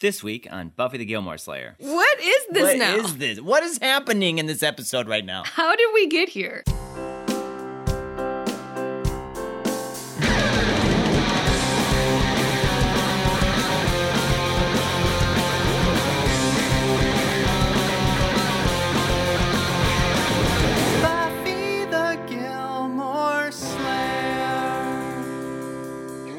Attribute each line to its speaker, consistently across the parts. Speaker 1: This week on Buffy the Gilmore Slayer.
Speaker 2: What is this
Speaker 1: What
Speaker 2: now?
Speaker 1: is this? What is happening in this episode right now?
Speaker 2: How did we get here?
Speaker 3: Buffy the Gilmore Slayer.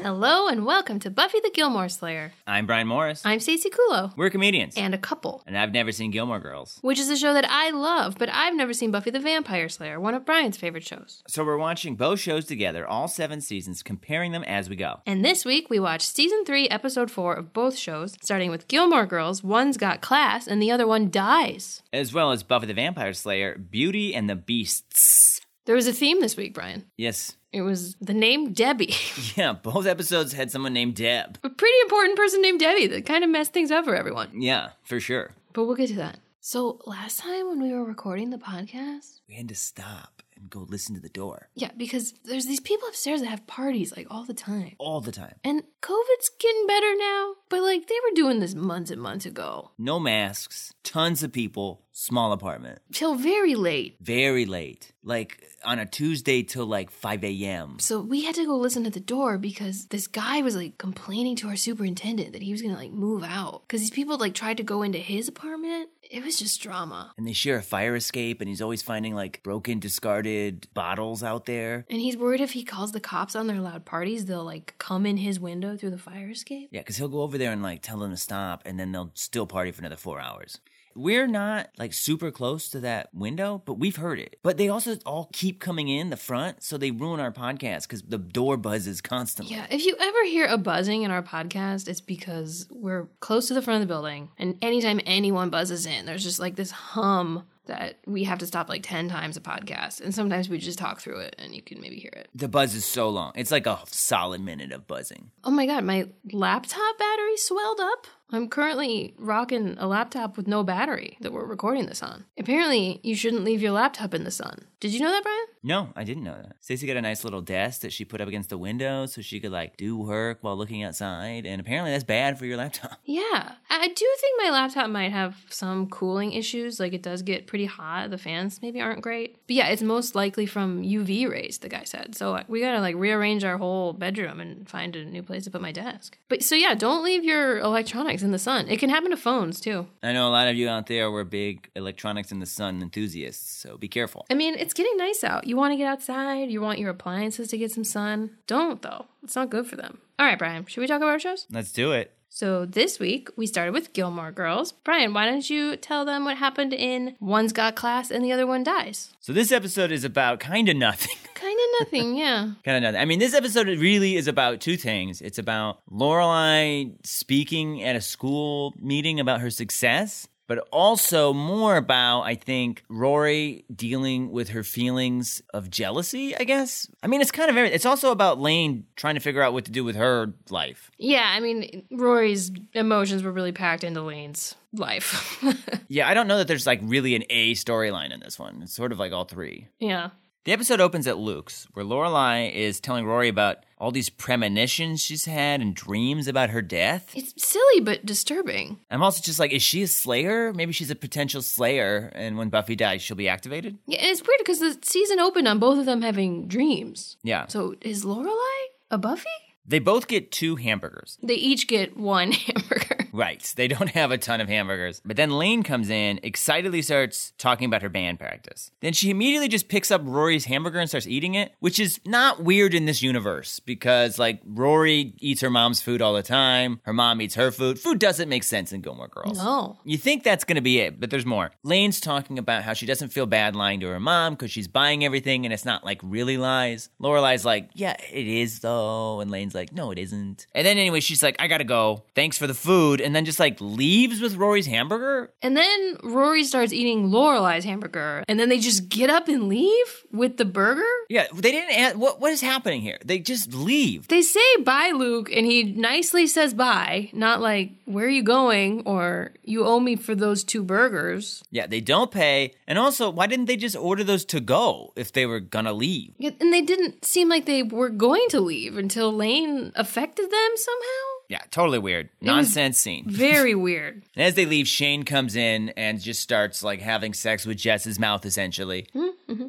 Speaker 2: Hello and welcome to Buffy the Gilmore Slayer.
Speaker 1: I'm Brian Morris.
Speaker 2: I'm Stacey Kulo
Speaker 1: We're comedians.
Speaker 2: and a couple,
Speaker 1: And I've never seen Gilmore Girls.
Speaker 2: which is a show that I love, but I've never seen Buffy the Vampire Slayer, one of Brian's favorite shows.
Speaker 1: So we're watching both shows together, all seven seasons, comparing them as we go.
Speaker 2: And this week we watched season 3, episode 4 of both shows, starting with Gilmore Girls, one's got class and the other one dies.
Speaker 1: As well as Buffy the Vampire Slayer, Beauty and the Beasts.
Speaker 2: There was a theme this week, Brian.
Speaker 1: Yes.
Speaker 2: It was the name Debbie.
Speaker 1: Yeah, both episodes had someone named Deb.
Speaker 2: a pretty important person named Debbie that kind of messed things up for everyone.
Speaker 1: Yeah, for sure.
Speaker 2: But we'll get to that. So last time when we were recording the podcast,
Speaker 1: We had to stop and go listen to the door
Speaker 2: Yeah, because there's these people upstairs that have parties like all the time.
Speaker 1: all the time.
Speaker 2: And COVID's getting better now, but like they were doing this months and months ago
Speaker 1: No masks, tons of people, small apartment.
Speaker 2: till very late.
Speaker 1: Very late, like on a Tuesday till like 5 a.m.
Speaker 2: So we had to go listen at the door because this guy was like complaining to our superintendent that he was gonna like move out because these people like tried to go into his apartment. It was just drama.
Speaker 1: and they share a fire escape and he's always finding like broken discarded bottles out there
Speaker 2: And he's worried if he calls the cops on their loud parties, they'll like come in his window through the fire escape.
Speaker 1: yeah because he'll go over there and like tell them to stop and then they'll still party for another four hours we're not like super close to that window but we've heard it but they also all keep coming in the front so they ruin our podcast because the door buzzes constantly
Speaker 2: Yeah, if you ever hear a buzzing in our podcast, it's because we're close to the front of the building, and anytime anyone buzzes in, there's just like this hum that we have to stop like 10 times a podcast. And sometimes we just talk through it and you can maybe hear it.
Speaker 1: the buzz is so long it's like a solid minute of buzzing
Speaker 2: Oh my God, my laptop battery swelled up. I'm currently rocking a laptop with no battery that we're recording this on. Apparently, you shouldn't leave your laptop in the sun. Did you know that, Brian?
Speaker 1: no i didn't know that stacy got a nice little desk that she put up against the window so she could like do work while looking outside and apparently that's bad for your laptop
Speaker 2: Yeah. I I do think my laptop might have some cooling issues. Like it does get pretty hot. The fans maybe aren't great. But yeah, it's most likely from UV rays, the guy said. So uh, we got to like rearrange our whole bedroom and find a new place to put my desk. But so yeah, don't leave your electronics in the sun. It can happen to phones too.
Speaker 1: I know a lot of you out there were big electronics in the sun enthusiasts, so be careful.
Speaker 2: I mean, it's getting nice out. You want to get outside, you want your appliances to get some sun. Don't though. It's not good for them. All right, Brian, should we talk about our shows?
Speaker 1: Let's do it.
Speaker 2: So this week we started with Gilmore Girls. Brian, why don't you tell them what happened in One's Got Class and the Other One Dies?
Speaker 1: So this episode is about kind of nothing.
Speaker 2: Kind of nothing, yeah.
Speaker 1: kind of nothing. I mean, this episode really is about two things. It's about Lorelai speaking at a school meeting about her success, but also more about I think Rory dealing with her feelings of jealousy, I guess. I mean, it's kind of every- it's also about Lane trying to figure out what to do with her life.
Speaker 2: Yeah, I mean, Rory's emotions were really packed into Lane's life.
Speaker 1: Yeah, I don't know that there's like really an A storyline in this one. It's sort of like all three.
Speaker 2: yeah.
Speaker 1: The episode opens at Luke's, where Lorelai is telling Rory about all these premonitions she's had and dreams about her death.
Speaker 2: It's silly but disturbing.
Speaker 1: I'm also just like, is she a slayer? Maybe she's a potential slayer, and when Buffy dies, she'll be activated?
Speaker 2: Yeah, and it's weird because the season opened on both of them having dreams.
Speaker 1: Yeah. So
Speaker 2: So is Lorelai a Buffy?
Speaker 1: they both get two hamburgers.
Speaker 2: They each get one hamburger.
Speaker 1: Right. They don't have a ton of hamburgers. But then Lane comes in, excitedly starts talking about her band practice. Then she immediately just picks up Rory's hamburger and starts eating it, which is not weird in this universe because, like, Rory eats her mom's food all the time. Her mom eats her food. Food doesn't make sense in Gilmore Girls.
Speaker 2: No.
Speaker 1: You think that's going to be it, but there's more. Lane's talking about how she doesn't feel bad lying to her mom because she's buying everything and it's not like really lies. Lorelai's like, yeah, it is though. And Lane's like, no, it isn't. And then anyway, she's like, I got to go. Thanks for the food. And then just like leaves with Rory's hamburger.
Speaker 2: And then Rory starts eating Lorelai's hamburger, and then they just get up and leave with the burger.
Speaker 1: Yeah, they didn't ask, what, what is happening here? They just leave.
Speaker 2: They say bye, Luke, and he nicely says bye, not like, where are you going? or you owe me for those two burgers.
Speaker 1: Yeah, they don't pay. And also, why didn't they just order those to go if they were going to leave?
Speaker 2: Yet- And they didn't seem like they were going to leave until Lane affected them somehow.
Speaker 1: Yeah, totally weird. Nonsense scene.
Speaker 2: Very weird.
Speaker 1: And as they leave, Shane comes in and just starts like having sex with Jess's mouth, essentially.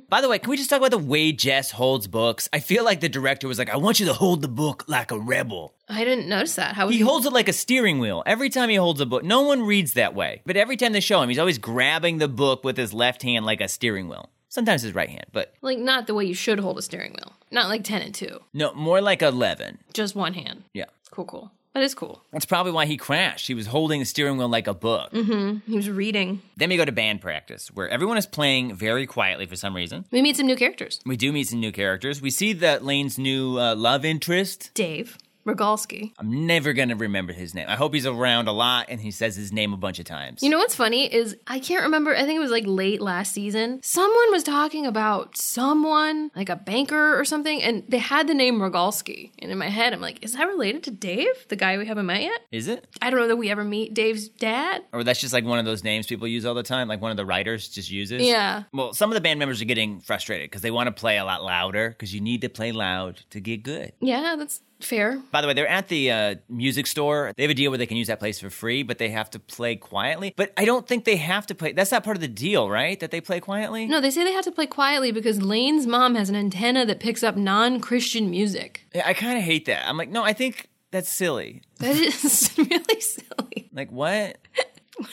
Speaker 1: By the way, can we just talk about the way Jess holds books? I feel like the director was like, I want you to hold the book like a rebel.
Speaker 2: I didn't notice that. How
Speaker 1: He holds it like a steering wheel. Every time he holds a book, no one reads that way. But every time they show him, he's always grabbing the book with his left hand like a steering wheel. Sometimes his right hand, but
Speaker 2: like not the way you should hold a steering wheel. Not like ten and two,
Speaker 1: no, more like a 11.
Speaker 2: just one hand.
Speaker 1: Yeah.
Speaker 2: Cool, cool. That is cool.
Speaker 1: That's probably why he crashed. He was holding the steering wheel like a book.
Speaker 2: He was reading.
Speaker 1: Then we go to band practice, where everyone is playing very quietly for some reason.
Speaker 2: We meet some new characters.
Speaker 1: We do meet some new characters. We see that Lane's new uh, love interest.
Speaker 2: Dave Rogalski.
Speaker 1: I'm never going to remember his name. I hope he's around a lot and he says his name a bunch of times.
Speaker 2: You know what's funny is I can't remember. I think it was like late last season. Someone was talking about someone, like a banker or something, and they had the name Rogalski. And in my head, I'm like, is that related to Dave, the guy we haven't met yet?
Speaker 1: is it?
Speaker 2: I don't know that we ever meet Dave's dad.
Speaker 1: Or that's just like one of those names people use all the time, like one of the writers just uses?
Speaker 2: Yeah.
Speaker 1: Well, some of the band members are getting frustrated because they want to play a lot louder because you need to play loud to get good.
Speaker 2: Yeah, that's fair.
Speaker 1: By the way, they're at the uh, music store. They have a deal where they can use that place for free, but they have to play quietly. But I don't think they have to play. That's not part of the deal, right? That they play quietly?
Speaker 2: No, they say they have to play quietly because Lane's mom has an antenna that picks up non Christian music.
Speaker 1: Yeah, I kind of hate that. I'm like, no, I think that's silly.
Speaker 2: That is really silly.
Speaker 1: Like, what?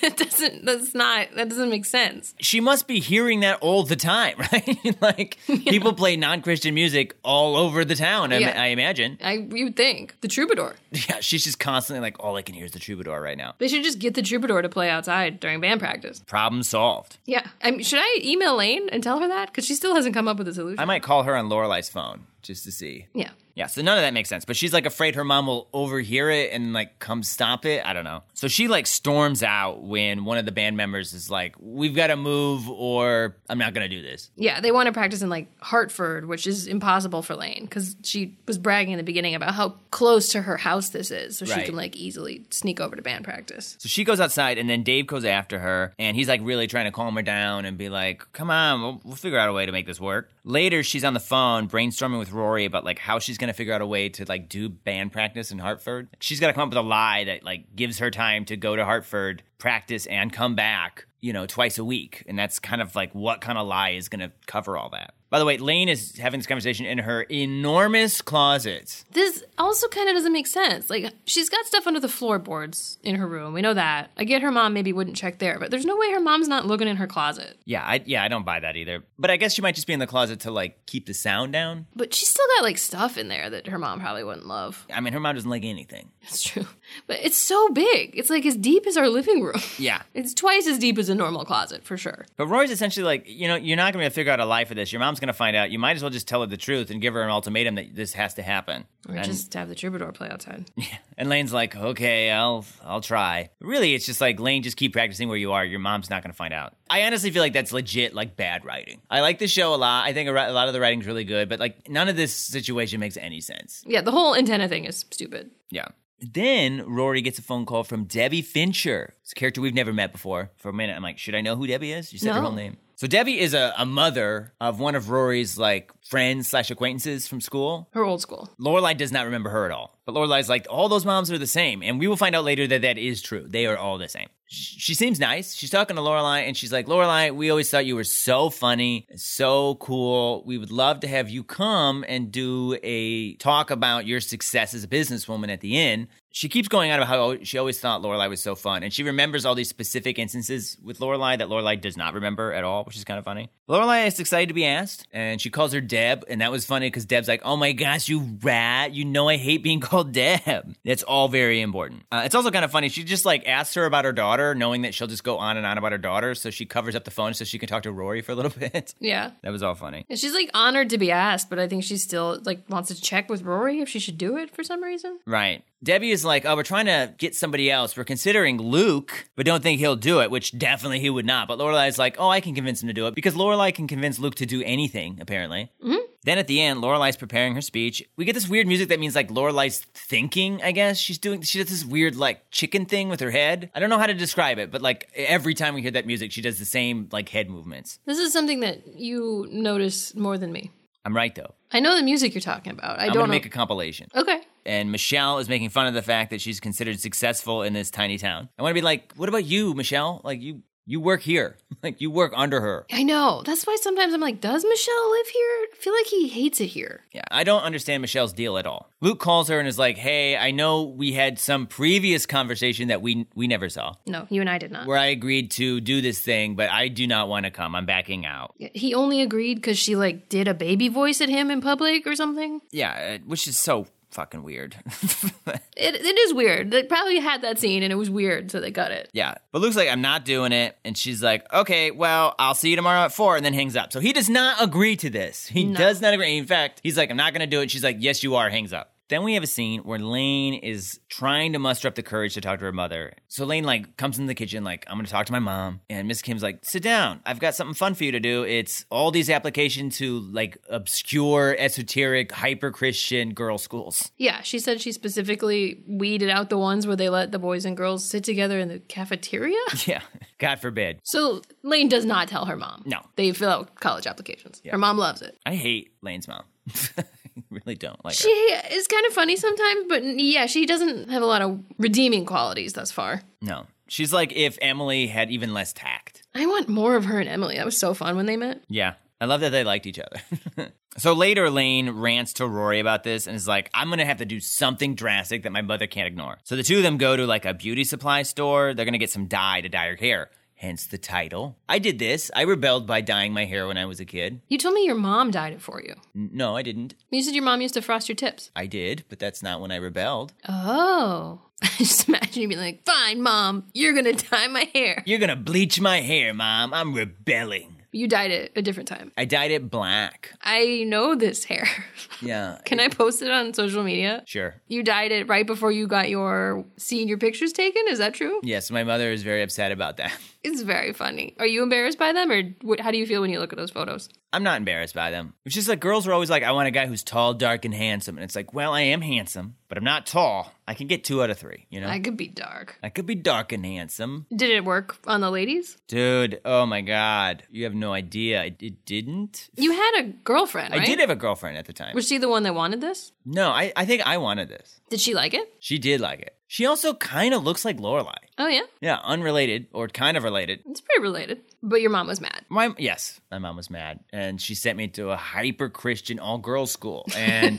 Speaker 2: It doesn't, that's not, that doesn't make sense.
Speaker 1: She must be hearing that all the time, right? like, people play non Christian music all over the town, I,
Speaker 2: Yeah.
Speaker 1: I imagine.
Speaker 2: I, you would think. The troubadour.
Speaker 1: Yeah, she's just constantly like, all I can hear is the troubadour right now.
Speaker 2: They should just get the troubadour to play outside during band practice.
Speaker 1: Problem solved.
Speaker 2: Yeah. I mean, should I email Lane and tell her that? Because she still hasn't come up with a solution.
Speaker 1: I might call her on Lorelai's phone just to see.
Speaker 2: yeah.
Speaker 1: Yeah, so none of that makes sense. But she's like afraid her mom will overhear it and like come stop it. I don't know. So she like storms out when one of the band members is like, we've got to move or I'm not going to do this.
Speaker 2: Yeah, they want to practice in like Hartford, which is impossible for Lane because she was bragging in the beginning about how close to her house this is, so she
Speaker 1: Right.
Speaker 2: can like easily sneak over to band practice.
Speaker 1: So she goes outside, and then Dave goes after her, and he's like really trying to calm her down and be like, "Come on, we'll, we'll figure out a way to make this work." Later, she's on the phone brainstorming with Rory about like how she's gonna figure out a way to like do band practice in Hartford. She's gotta come up with a lie that like gives her time to go to Hartford, practice, and come back, you know, twice a week. And that's kind of like what kind of lie is gonna cover all that. By the way, Lane is having this conversation in her enormous closet.
Speaker 2: This also kind of doesn't make sense. Like she's got stuff under the floorboards in her room. We know that. I get her mom maybe wouldn't check there, but there's no way her mom's not looking in her closet.
Speaker 1: Yeah, I, yeah, I don't buy that either. But I guess she might just be in the closet to like keep the sound down.
Speaker 2: But she's still got like stuff in there that her mom probably wouldn't love.
Speaker 1: I mean, her mom doesn't like anything.
Speaker 2: That's true. But it's so big. It's like as deep as our living room.
Speaker 1: Yeah.
Speaker 2: It's twice as deep as a normal closet for sure.
Speaker 1: But Rory's essentially like, you know, you're not going to figure out a lie for this. Your mom's going to find out. You might as well just tell her the truth and give her an ultimatum that this has to happen.
Speaker 2: Or
Speaker 1: and,
Speaker 2: just have the troubadour play outside.
Speaker 1: and Lane's like, okay, I'll I'll try. Really, it's just like Lane, just keep practicing where you are. Your mom's not going to find out. I honestly feel like that's legit, like bad writing. I like the show a lot. I think a, ri- a lot of the writing's really good, but like none of this situation makes any sense.
Speaker 2: Yeah, the whole antenna thing is stupid.
Speaker 1: Yeah. Then Rory gets a phone call from Debbie Fincher. It's a character we've never met before. For a minute, I'm like, should I know who Debbie is? You said her
Speaker 2: No.
Speaker 1: whole name. So Debbie is a, a mother of one of Rory's like friends slash acquaintances from school.
Speaker 2: Her old school.
Speaker 1: Lorelai does not remember her at all. But Lorelai's like, all those moms are the same. And we will find out later that that is true. They are all the same. Sh- She seems nice. She's talking to Lorelai and she's like, Lorelai, we always thought you were so funny, and so cool. We would love to have you come and do a talk about your success as a businesswoman at the end. She keeps going on about how she always thought Lorelai was so fun, and she remembers all these specific instances with Lorelai that Lorelai does not remember at all, which is kind of funny. Lorelai is excited to be asked, and she calls her Deb, and that was funny because Deb's like, "Oh my gosh, you rat! You know I hate being called Deb." That's all very important. Uh, it's also kind of funny. She just like asks her about her daughter, knowing that she'll just go on and on about her daughter, so she covers up the phone so she can talk to Rory for a little bit.
Speaker 2: Yeah.
Speaker 1: that was all funny.
Speaker 2: And she's like honored to be asked, but I think she still like wants to check with Rory if she should do it for some reason.
Speaker 1: Right. Debbie is like, oh, we're trying to get somebody else. We're considering Luke, but don't think he'll do it, which definitely he would not. But Lorelai's like, oh, I can convince him to do it because Lorelai can convince Luke to do anything, apparently.
Speaker 2: Mm-hmm.
Speaker 1: Then at the end, Lorelai's preparing her speech. We get this weird music that means like Lorelai's thinking, I guess. She's doing, she does this weird like chicken thing with her head. I don't know how to describe it, but like every time we hear that music, she does the same like head movements.
Speaker 2: This is something that you notice more than me.
Speaker 1: I'm right though.
Speaker 2: I know the music you're talking about. I
Speaker 1: I'm
Speaker 2: don't
Speaker 1: gonna
Speaker 2: know.
Speaker 1: make a compilation.
Speaker 2: okay.
Speaker 1: and Michelle is making fun of the fact that she's considered successful in this tiny town. I want to be like, what about you, Michelle? Like you you work here. Like you work under her.
Speaker 2: I know. That's why sometimes I'm like, does Michelle live here? I feel like he hates it here.
Speaker 1: Yeah, I don't understand Michelle's deal at all. Luke calls her and is like, "Hey, I know we had some previous conversation that we we never saw,
Speaker 2: No, you and I did not.
Speaker 1: where I agreed to do this thing, but I do not want to come. I'm backing out."
Speaker 2: He only agreed because she like did a baby voice at him in public or something.
Speaker 1: Yeah, uh, which is so fucking weird.
Speaker 2: It, it is weird. They probably had that scene and it was weird, so they got it.
Speaker 1: yeah, but Luke's like, "I'm not doing it," and she's like, "Okay, well, I'll see you tomorrow at 4, and then hangs up. So he does not agree to this. He does not agree. In fact, he's like, "I'm not going to do it." She's like, "Yes, you are." Hangs up. Then we have a scene where Lane is trying to muster up the courage to talk to her mother. So Lane like comes in the kitchen like I'm going to talk to my mom and Miss Kim's like sit down. I've got something fun for you to do. It's all these applications to like obscure esoteric hyper-Christian girl schools.
Speaker 2: Yeah, she said she specifically weeded out the ones where they let the boys and girls sit together in the cafeteria.
Speaker 1: Yeah. God forbid.
Speaker 2: so Lane does not tell her mom.
Speaker 1: No.
Speaker 2: They fill out college applications. Her mom loves it.
Speaker 1: I hate Lane's mom. I really don't like
Speaker 2: She
Speaker 1: her.
Speaker 2: is kind of funny sometimes, but yeah, she doesn't have a lot of redeeming qualities thus far.
Speaker 1: No. She's like if Emily had even less tact.
Speaker 2: I want more of her and Emily. That was so fun when they met.
Speaker 1: Yeah. I love that they liked each other. so later, Lane rants to Rory about this and is like, I'm going to have to do something drastic that my mother can't ignore. So the two of them go to like a beauty supply store. They're going to get some dye to dye her hair, hence the title. I did this. I rebelled by dyeing my hair when I was a kid.
Speaker 2: You told me your mom dyed it for you.
Speaker 1: N- No, I didn't.
Speaker 2: You said your mom used to frost your tips.
Speaker 1: I did, but that's not when I rebelled.
Speaker 2: Oh. I just imagine you being like, fine, mom, you're going to dye my hair.
Speaker 1: You're going to bleach my hair, Mom. I'm rebelling.
Speaker 2: You dyed it a different time.
Speaker 1: I dyed it black.
Speaker 2: I know this hair.
Speaker 1: Yeah.
Speaker 2: Can I post it on social media?
Speaker 1: Sure.
Speaker 2: You dyed it right before you got your seeing your pictures taken. Is that true?
Speaker 1: Yes, my mother is very upset about that.
Speaker 2: It's very funny. Are you embarrassed by them, or wh- how do you feel when you look at those photos?
Speaker 1: I'm not embarrassed by them. It's just like girls are always like, I want a guy who's tall, dark, and handsome. And it's like, well, I am handsome, but I'm not tall. I can get two out of three, you know?
Speaker 2: I
Speaker 1: I,
Speaker 2: could be dark.
Speaker 1: could be dark and handsome.
Speaker 2: Did it work on the ladies?
Speaker 1: Dude, oh my God. You have no idea. It, it didn't.
Speaker 2: You had a girlfriend, right?
Speaker 1: I did have a girlfriend at the time.
Speaker 2: Was she the one that wanted this?
Speaker 1: No, I, I think I wanted this.
Speaker 2: Did she like it?
Speaker 1: She did like it. She also kind of looks like Lorelai.
Speaker 2: Oh yeah,
Speaker 1: Yeah, unrelated or kind of related.
Speaker 2: it's pretty related. But your mom was mad.
Speaker 1: My yes, my mom was mad, and she sent me to a hyper Christian all girls school, and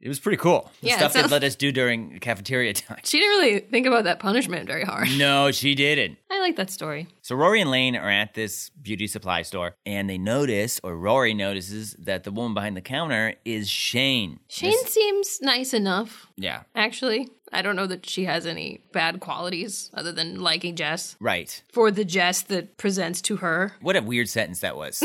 Speaker 1: it was pretty cool. The
Speaker 2: Yeah, it
Speaker 1: stuff they
Speaker 2: sounds-
Speaker 1: let us do during cafeteria time.
Speaker 2: She didn't really think about that punishment very hard.
Speaker 1: No, she didn't.
Speaker 2: I like that story.
Speaker 1: So Rory and Lane are at this beauty supply store, and they notice, or Rory notices, that the woman behind the counter is Shane.
Speaker 2: Shane
Speaker 1: This-
Speaker 2: seems nice enough,
Speaker 1: yeah,
Speaker 2: actually. I don't know that she has any bad qualities other than liking Jess
Speaker 1: right.
Speaker 2: for the Jess that presents to her.
Speaker 1: What a weird sentence that was.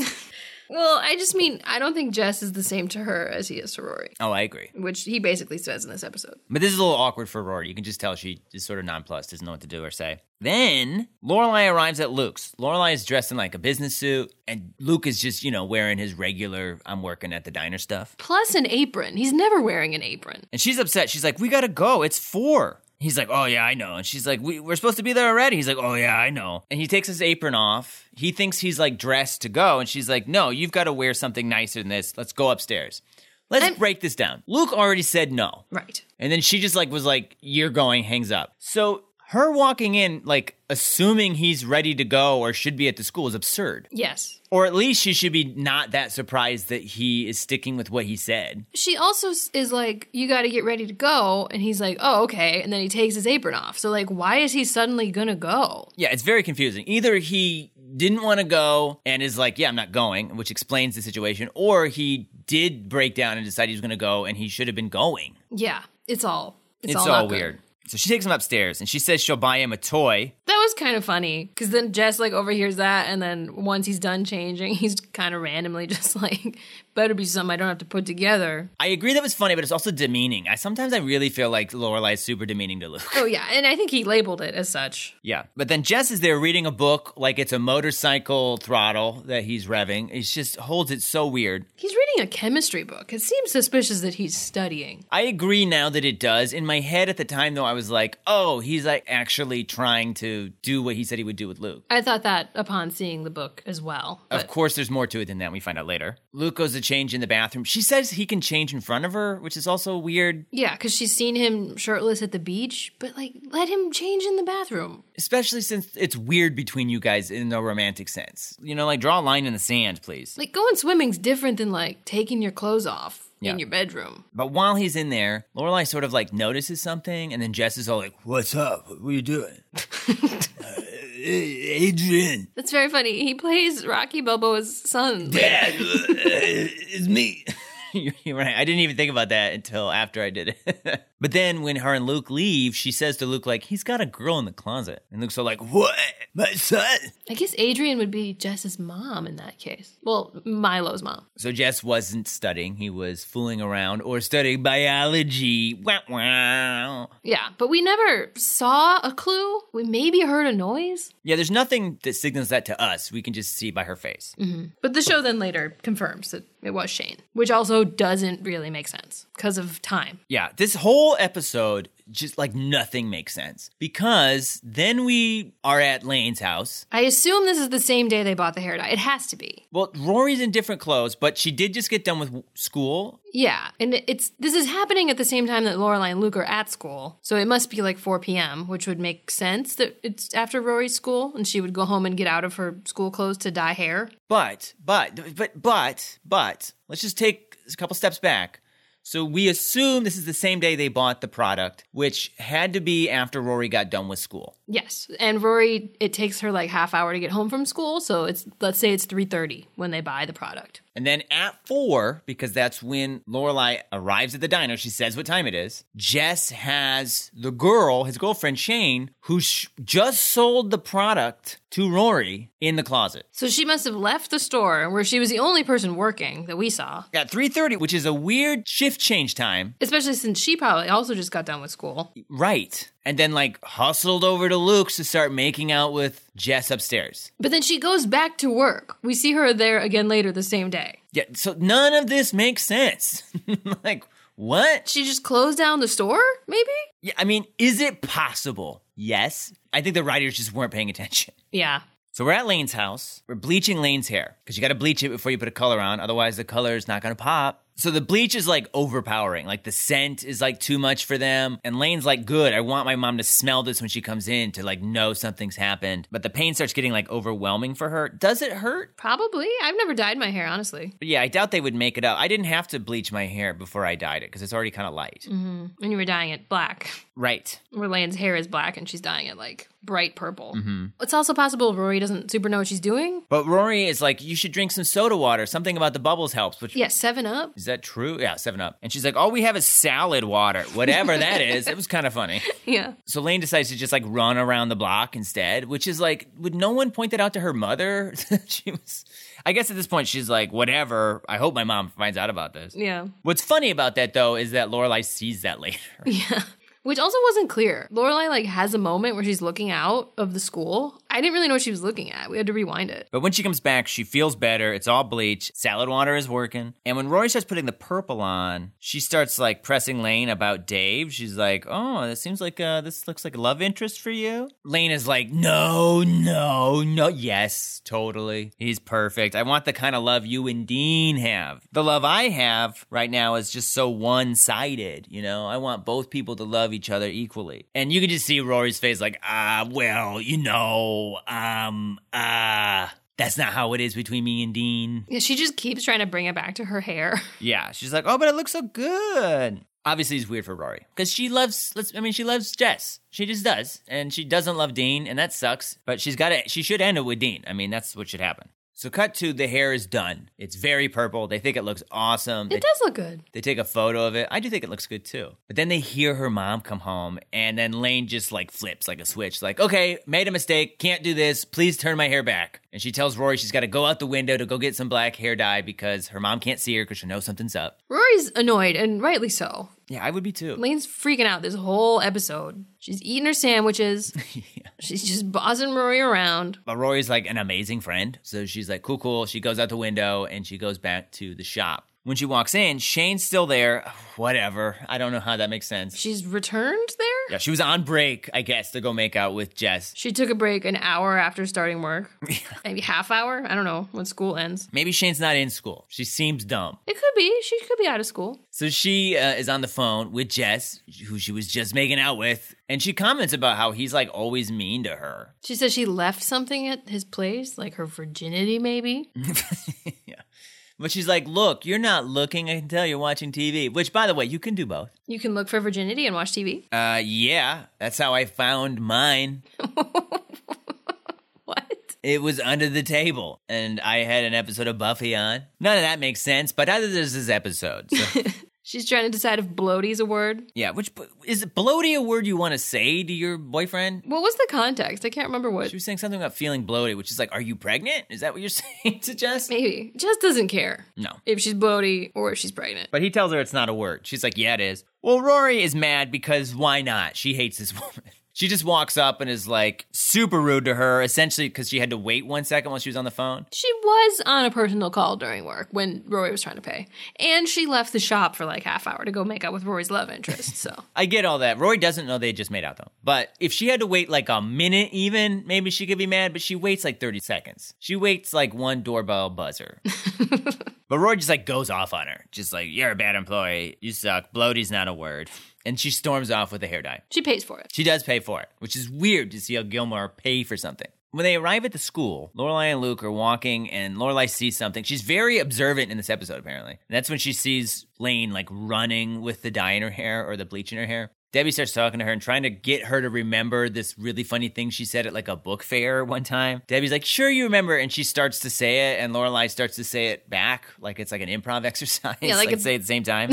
Speaker 2: Well, I just mean I don't think Jess is the same to her as he is to Rory,
Speaker 1: oh, I agree.
Speaker 2: which he basically says in this episode.
Speaker 1: But this is a little awkward for Rory. You can just tell she is sort of nonplussed, doesn't know what to do or say. Then Lorelai arrives at Luke's. Lorelai is dressed in like a business suit, and Luke is just, you know, wearing his regular I'm working at the diner stuff.
Speaker 2: Plus an apron. He's never wearing an apron.
Speaker 1: And she's upset. She's like, We gotta go. It's four. He's like, Oh yeah, I know. And she's like, we, We're supposed to be there already. He's like, Oh yeah, I know. And he takes his apron off. He thinks he's like dressed to go, and she's like, No, you've gotta wear something nicer than this. Let's go upstairs. Let's
Speaker 2: I'm-
Speaker 1: break this down. Luke already said no.
Speaker 2: Right.
Speaker 1: And then she just like was like, "You're going," hangs up. So her walking in, like assuming he's ready to go or should be at the school, is absurd.
Speaker 2: Yes.
Speaker 1: Or at least she should be not that surprised that he is sticking with what he said.
Speaker 2: She also s- is like, you got to get ready to go. And he's like, oh, okay. And then he takes his apron off. So, like, why is he suddenly going to go?
Speaker 1: Yeah, it's very confusing. Either he didn't want to go and is like, "Yeah, I'm not going," which explains the situation, or he did break down and decide he was going to go and he should have been going.
Speaker 2: Yeah. It's all. It's,
Speaker 1: It's,
Speaker 2: all, not
Speaker 1: all
Speaker 2: good.
Speaker 1: weird. So she takes him upstairs and she says she'll buy him a toy.
Speaker 2: That was kind of funny because then Jess like overhears that, and then once he's done changing, he's kind of randomly just like, "Better be something I don't have to put together."
Speaker 1: I agree that was funny, but it's also demeaning. I sometimes I really feel like Lorelai's super demeaning to Luke.
Speaker 2: Oh yeah, and I think he labeled it as such.
Speaker 1: Yeah. But then Jess is there reading a book like it's a motorcycle throttle that he's revving. It just holds it so weird.
Speaker 2: He's reading doing a chemistry book. It seems suspicious that he's studying.
Speaker 1: I agree now that it does. In my head at the time, though, I was like, oh, he's like actually trying to do what he said he would do with Luke.
Speaker 2: I thought that upon seeing the book as well.
Speaker 1: Of course, there's more to it than that. We find out later. Luke goes to change in the bathroom. She says he can change in front of her, which is also weird,
Speaker 2: Yeah, because she's seen him shirtless at the beach, but like, let him change in the bathroom.
Speaker 1: especially since it's weird between you guys in the romantic sense. You know, like draw a line in the sand, please.
Speaker 2: Like, going swimming's different than like taking your clothes off
Speaker 1: Yeah.
Speaker 2: in your bedroom.
Speaker 1: But while he's in there, Lorelai sort of like notices something, and then Jess is all like, "What's up? What are you doing, Uh, Adrian?"
Speaker 2: That's very funny. He plays Rocky Balboa's son.
Speaker 1: Dad, uh, it's me. You're you're right. I didn't even think about that until after I did it. but then when her and Luke leave, she says to Luke, like, he's got a girl in the closet. And Luke's all like, what? My son?
Speaker 2: I guess Adrian would be Jess's mom in that case. Well, Milo's mom.
Speaker 1: So Jess wasn't studying. He was fooling around or studying biology. Wow, wow.
Speaker 2: Yeah, but we never saw a clue. We maybe heard a noise.
Speaker 1: Yeah, there's nothing that signals that to us. We can just see by her face.
Speaker 2: But the show then later confirms that it was Shane, which also doesn't really make sense because of time.
Speaker 1: Yeah, this whole episode, just like nothing makes sense because then we are at Lane's house.
Speaker 2: I assume this is the same day they bought the hair dye. It has to be.
Speaker 1: Well, Rory's in different clothes, but she did just get done with w- school.
Speaker 2: Yeah, and it- it's this is happening at the same time that Lorelai and Luke are at school, so it must be like 4 p.m., which would make sense that it's after Rory's school, and she would go home and get out of her school clothes to dye hair.
Speaker 1: But, but, but, but, but, let's just take a couple steps back. So we assume this is the same day they bought the product, which had to be after Rory got done with school.
Speaker 2: Yes, and Rory, it takes her like half hour to get home from school, so it's let's say it's 3:30 when they buy the product.
Speaker 1: And then at four, because that's when Lorelai arrives at the diner, she says what time it is. Jess has the girl, his girlfriend Shane, who sh- just sold the product to Rory in the closet.
Speaker 2: So she must have left the store where she was the only person working that we saw,
Speaker 1: At 3:30, which is a weird shift change time,
Speaker 2: especially since she probably also just got done with school.
Speaker 1: Right. And then like hustled over to Luke's to start making out with Jess upstairs.
Speaker 2: But then she goes back to work. We see her there again later the same day.
Speaker 1: Yeah, so none of this makes sense. like what?
Speaker 2: She just closed down the store, maybe?
Speaker 1: Yeah, I mean, is it possible? Yes. I think the writers just weren't paying attention.
Speaker 2: Yeah.
Speaker 1: So we're at Lane's house. We're bleaching Lane's hair because you got to bleach it before you put a color on. Otherwise, the color is not going to pop. So the bleach is like overpowering. Like the scent is like too much for them. And Lane's like, good. I want my mom to smell this when she comes in to like know something's happened. But the pain starts getting like overwhelming for her. Does it hurt?
Speaker 2: Probably. I've never dyed my hair, honestly.
Speaker 1: But yeah, I doubt they would make it up. I didn't have to bleach my hair before I dyed it because it's already kind of light.
Speaker 2: When you were dyeing it black,
Speaker 1: Right.
Speaker 2: where Lane's hair is black and she's dyeing it like bright purple. It's also possible Rory doesn't super know what she's doing.
Speaker 1: But Rory is like, you should drink some soda water. Something about the bubbles helps, which
Speaker 2: Yeah, 7 Up.
Speaker 1: Is that true? Yeah, Seven Up. And she's like, "All we have is salad water, whatever that is." It was kind of funny.
Speaker 2: Yeah.
Speaker 1: So Lane decides to just like run around the block instead, which is like, would no one point that out to her mother? she was, I guess, at this point, she's like, "Whatever." I hope my mom finds out about this.
Speaker 2: Yeah.
Speaker 1: What's funny about that though is that Lorelai sees that later.
Speaker 2: Yeah. Which also wasn't clear. Lorelai like has a moment where she's looking out of the school. I didn't really know what she was looking at. We had to rewind it.
Speaker 1: But when she comes back, she feels better. It's all bleach. Salad water is working. And when Rory starts putting the purple on, she starts like pressing Lane about Dave. She's like, "Oh, this seems like uh, this looks like a love interest for you." Lane is like, "No, no, no. Yes, totally. He's perfect. I want the kind of love you and Dean have. The love I have right now is just so one-sided. You know, I want both people to love each other equally." And you can just see Rory's face, like, "Ah, well, you know, um, ah." that's not how it is between me and Dean.
Speaker 2: Yeah, she just keeps trying to bring it back to her hair.
Speaker 1: Yeah, she's like, oh, but it looks so good. Obviously, it's weird for Rory because she loves. Let's, I mean, she loves Jess. She just does, and she doesn't love Dean, and that sucks. But she's got to. She should end it with Dean. I mean, that's what should happen. So, cut to the hair is done. It's very purple. They think it looks awesome. They,
Speaker 2: It does look good.
Speaker 1: they take a photo of it. I do think it looks good too. But then they hear her mom come home, and then Lane just like flips like a switch. Like, okay, made a mistake. Can't do this. Please turn my hair back. And she tells Rory she's got to go out the window to go get some black hair dye because her mom can't see her because she knows something's up.
Speaker 2: Rory's annoyed and rightly so.
Speaker 1: Yeah, I would be too.
Speaker 2: Lane's freaking out this whole episode. She's eating her sandwiches. She's just bossing Rory around.
Speaker 1: But Rory's like an amazing friend. So she's like, cool, cool. She goes out the window and she goes back to the shop. When she walks in, Shane's still there. Whatever. I don't know how that makes sense.
Speaker 2: She's returned there?
Speaker 1: Yeah, she was on break, I guess, to go make out with Jess.
Speaker 2: She took a break an hour after starting work. Maybe half hour? I don't know when school ends.
Speaker 1: Maybe Shane's not in school. She seems dumb.
Speaker 2: It could be. She could be out of school.
Speaker 1: So she uh, is on the phone with Jess, who she was just making out with, and she comments about how he's like always mean to her.
Speaker 2: She says she left something at his place, like her virginity, maybe.
Speaker 1: Mm-hmm. yeah. But she's like, look, you're not looking. I can tell you're watching TV, which, by the way, you can do both.
Speaker 2: You can look for virginity and watch TV.
Speaker 1: Uh, yeah, that's how I found mine.
Speaker 2: What?
Speaker 1: It was under the table, and I had an episode of Buffy on. None of that makes sense, but neither does this episode. So.
Speaker 2: She's trying to decide if bloaty's a word.
Speaker 1: yeah, which is bloaty a word you want to say to your boyfriend?
Speaker 2: What was the context? I can't remember what.
Speaker 1: She was saying something about feeling bloated, which is like, are you pregnant? Is that what you're saying to Jess?
Speaker 2: Maybe. Just doesn't care
Speaker 1: No.
Speaker 2: if she's bloaty or if she's pregnant.
Speaker 1: But he tells her it's not a word. She's like, yeah, it is. Well, Rory is mad because why not? She hates this woman. She just walks up and is like super rude to her, essentially because she had to wait one second while she was on the phone.
Speaker 2: She was on a personal call during work when Rory was trying to pay. And she left the shop for like half hour to go make out with Rory's love interest. So
Speaker 1: I get all that. Rory doesn't know they just made out though. But if she had to wait like a minute, even maybe she could be mad. But she waits like thirty seconds. She waits like one doorbell buzzer. but Rory just like goes off on her, just like you're a bad employee, you suck, bloaty's not a word, and she storms off with a hair dye.
Speaker 2: she pays for it.
Speaker 1: She does pay for it, which is weird to see how Gilmore pay for something. When they arrive at the school, Lorelai and Luke are walking, and Lorelai sees something. She's very observant in this episode, apparently. And that's when she sees Lane like running with the dye in her hair or the bleach in her hair. Debbie starts talking to her and trying to get her to remember this really funny thing she said at like a book fair one time. Debbie's like, "Sure, you remember," and she starts to say it, and Lorelai starts to say it back, like it's like an improv exercise.
Speaker 2: Yeah, like
Speaker 1: like,
Speaker 2: it's-
Speaker 1: say it at the same time.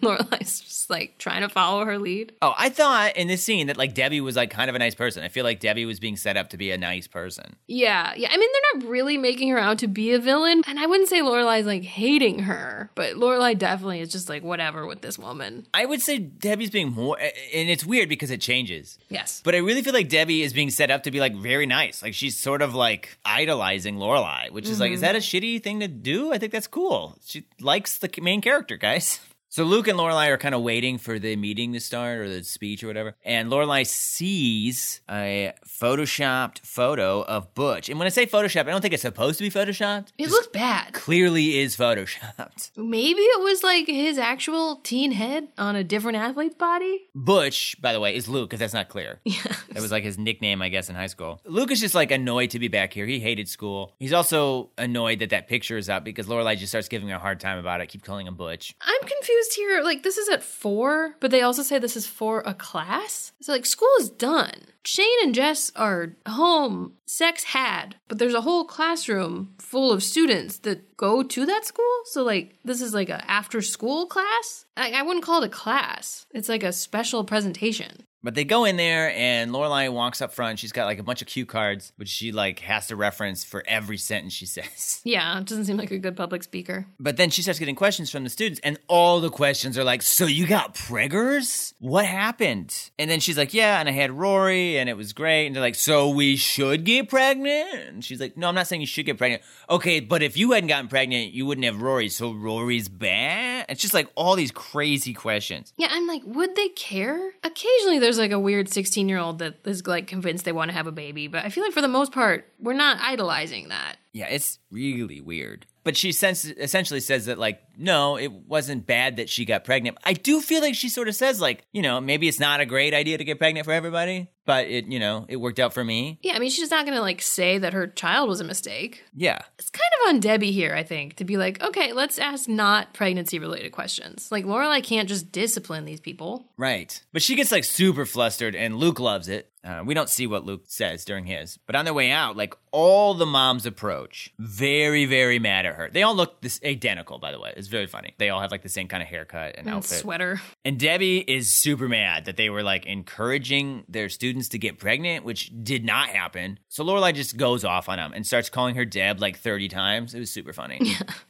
Speaker 2: Lorelai's just like trying to follow her lead.
Speaker 1: Oh, I thought in this scene that like Debbie was like kind of a nice person. I feel like Debbie was being set up to be a nice person.
Speaker 2: Yeah, yeah. I mean, they're not really making her out to be a villain, and I wouldn't say Lorelai's like hating her, but Lorelai definitely is just like whatever with this woman.
Speaker 1: I would say Debbie's being more, and it's weird because it changes.
Speaker 2: Yes,
Speaker 1: But I really feel like Debbie is being set up to be like very nice. Like she's sort of like idolizing Lorelai, which is like, is that a shitty thing to do? I think that's cool. She likes the main character, guys. So Luke and Lorelai are kind of waiting for the meeting to start or the speech or whatever, and Lorelai sees a photoshopped photo of Butch. And when I say photoshopped, I don't think it's supposed to be photoshopped.
Speaker 2: it
Speaker 1: Just
Speaker 2: looked bad.
Speaker 1: clearly is photoshopped.
Speaker 2: Maybe it was like his actual teen head on a different athlete's body.
Speaker 1: Butch, by the way, is Luke because that's not clear. Yeah, that was like his nickname, I guess, in high school. Luke is just like annoyed to be back here. He hated school. He's also annoyed that that picture is up because Lorelai just starts giving her a hard time about it. Keep calling him Butch.
Speaker 2: I'm confused here. Like, this is at four, but they also say this is for a class. So, like, school is done. Shane and Jess are home, sex had, but there's a whole classroom full of students that go to that school. So, like, this is like a after school class. I, I wouldn't call it a class, it's like a special presentation.
Speaker 1: But they go in there, and Lorelai walks up front. She's got like a bunch of cue cards, which she like has to reference for every sentence she says.
Speaker 2: Yeah, it doesn't seem like a good public speaker.
Speaker 1: But then she starts getting questions from the students, and all the questions are like, So you got preggers? What happened? And then she's like, Yeah, and I had Rory, and it was great. And they're like, So we should get pregnant? And she's like, No, I'm not saying you should get pregnant. Okay, but if you hadn't gotten pregnant, you wouldn't have Rory, so Rory's bad? It's just like all these crazy questions.
Speaker 2: Yeah, I'm like, would they care? Occasionally there's like a weird 16 year old that is like convinced they want to have a baby, but I feel like for the most part, we're not idolizing that.
Speaker 1: Yeah, it's really weird. But she sens- essentially says that, like, no, it wasn't bad that she got pregnant. I do feel like she sort of says, like, you know, maybe it's not a great idea to get pregnant for everybody, but it, you know, it worked out for me.
Speaker 2: Yeah, I mean, she's not going to like say that her child was a mistake.
Speaker 1: Yeah.
Speaker 2: It's kind of on Debbie here, I think, to be like, okay, let's ask not pregnancy related questions. Like, Lorelai can't just discipline these people.
Speaker 1: Right. But she gets like super flustered, and Luke loves it. Uh, we don't see what Luke says during his. But on their way out, like all the moms approach, very, very mad at her. They all look this identical, by the way. It's very funny. They all have like the same kind of haircut and
Speaker 2: And
Speaker 1: outfit.
Speaker 2: sweater.
Speaker 1: And Debbie is super mad that they were like encouraging their students to get pregnant, which did not happen. So Lorelai just goes off on them and starts calling her Deb like 30 times. It was super funny.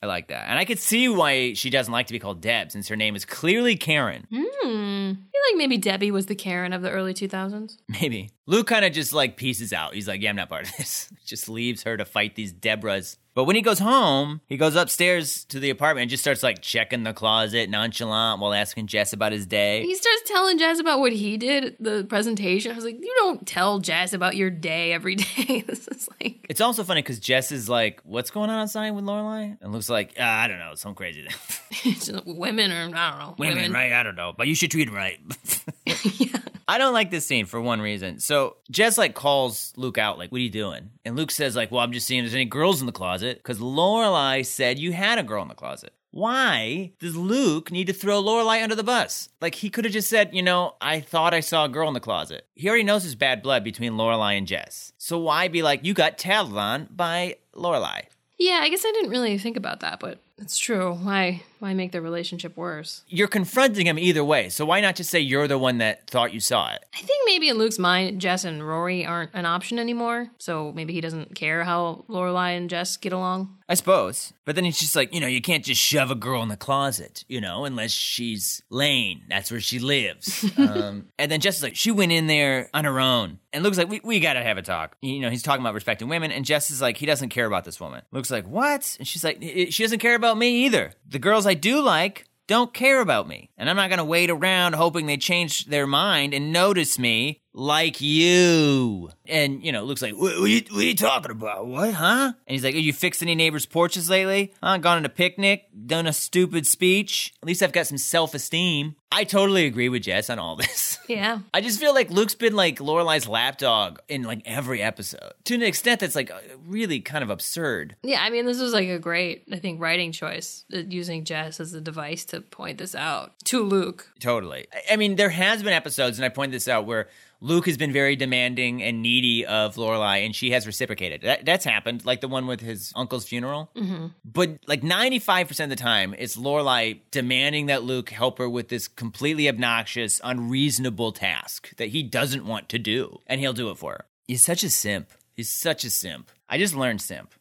Speaker 1: I like that. And I could see why she doesn't like to be called Deb since her name is clearly Karen.
Speaker 2: Hmm. I feel feel like maybe Debbie was the Karen of the early 2000s.
Speaker 1: Maybe. Luke kind of just like pieces out. He's like, yeah, I'm not part of this. just leaves her to fight these Debras. But when he goes home, he goes upstairs to the apartment and just starts like checking the closet nonchalant while asking Jess about his day.
Speaker 2: He starts telling Jazz about what he did at the presentation. I was like, you don't tell Jazz about your day every day. this is like,
Speaker 1: it's also funny because Jess is like, what's going on outside with Lorelai? And Luke's like, "Ah, I don't know, some crazy thing.
Speaker 2: it's just women or I don't know.
Speaker 1: women, right? I don't know, but you should treat them right.
Speaker 2: yeah.
Speaker 1: I don't like this scene for one reason. So Jess like calls Luke out, like, "What are you doing?" And Luke says, "Like, well, I'm just seeing if there's any girls in the closet because Lorelai said you had a girl in the closet." Why does Luke need to throw Lorelai under the bus? Like he could have just said, you know, I thought I saw a girl in the closet. He already knows there's bad blood between Lorelai and Jess. So why be like, you got tattled on by Lorelai?
Speaker 2: Yeah, I guess I didn't really think about that, but it's true. Why why make the relationship worse?
Speaker 1: You're confronting him either way. So why not just say you're the one that thought you saw it?
Speaker 2: I think maybe in Luke's mind, Jess and Rory aren't an option anymore. So maybe he doesn't care how Lorelai and Jess get along.
Speaker 1: I suppose. But then it's just like, you know, you can't just shove a girl in the closet, you know, unless she's Lane. That's where she lives. um, and then Jess is like, she went in there on her own. And Luke's like, we, we gotta have a talk. You know, he's talking about respecting women. And Jess is like, he doesn't care about this woman. Luke's like, what? And she's like, "I- I- she doesn't care about me either. The girls I do like don't care about me. And I'm not gonna wait around hoping they change their mind and notice me like you. And, you know, Luke's like, what, what, you, what are you talking about? What, huh? And he's like, you fixed any neighbors' porches lately? Huh? Gone on a picnic? Done a stupid speech? At least I've got some self esteem. I totally agree with Jess on all this.
Speaker 2: Yeah.
Speaker 1: I just feel like Luke's been like Lorelai's lapdog in like every episode to an extent that's like really kind of absurd.
Speaker 2: Yeah, I mean, this was like a great, I think, writing choice, uh, using Jess as a device to point this out to Luke.
Speaker 1: Totally. I- I mean, there has been episodes, and I point this out, where Luke has been very demanding and needy of Lorelai, and she has reciprocated. That, that's happened, like the one with his uncle's funeral. Mm-hmm. But like ninety five percent of the time, it's Lorelai demanding that Luke help her with this completely obnoxious, unreasonable task that he doesn't want to do, and he'll do it for her. He's such a simp. He's such a simp. I just learned simp.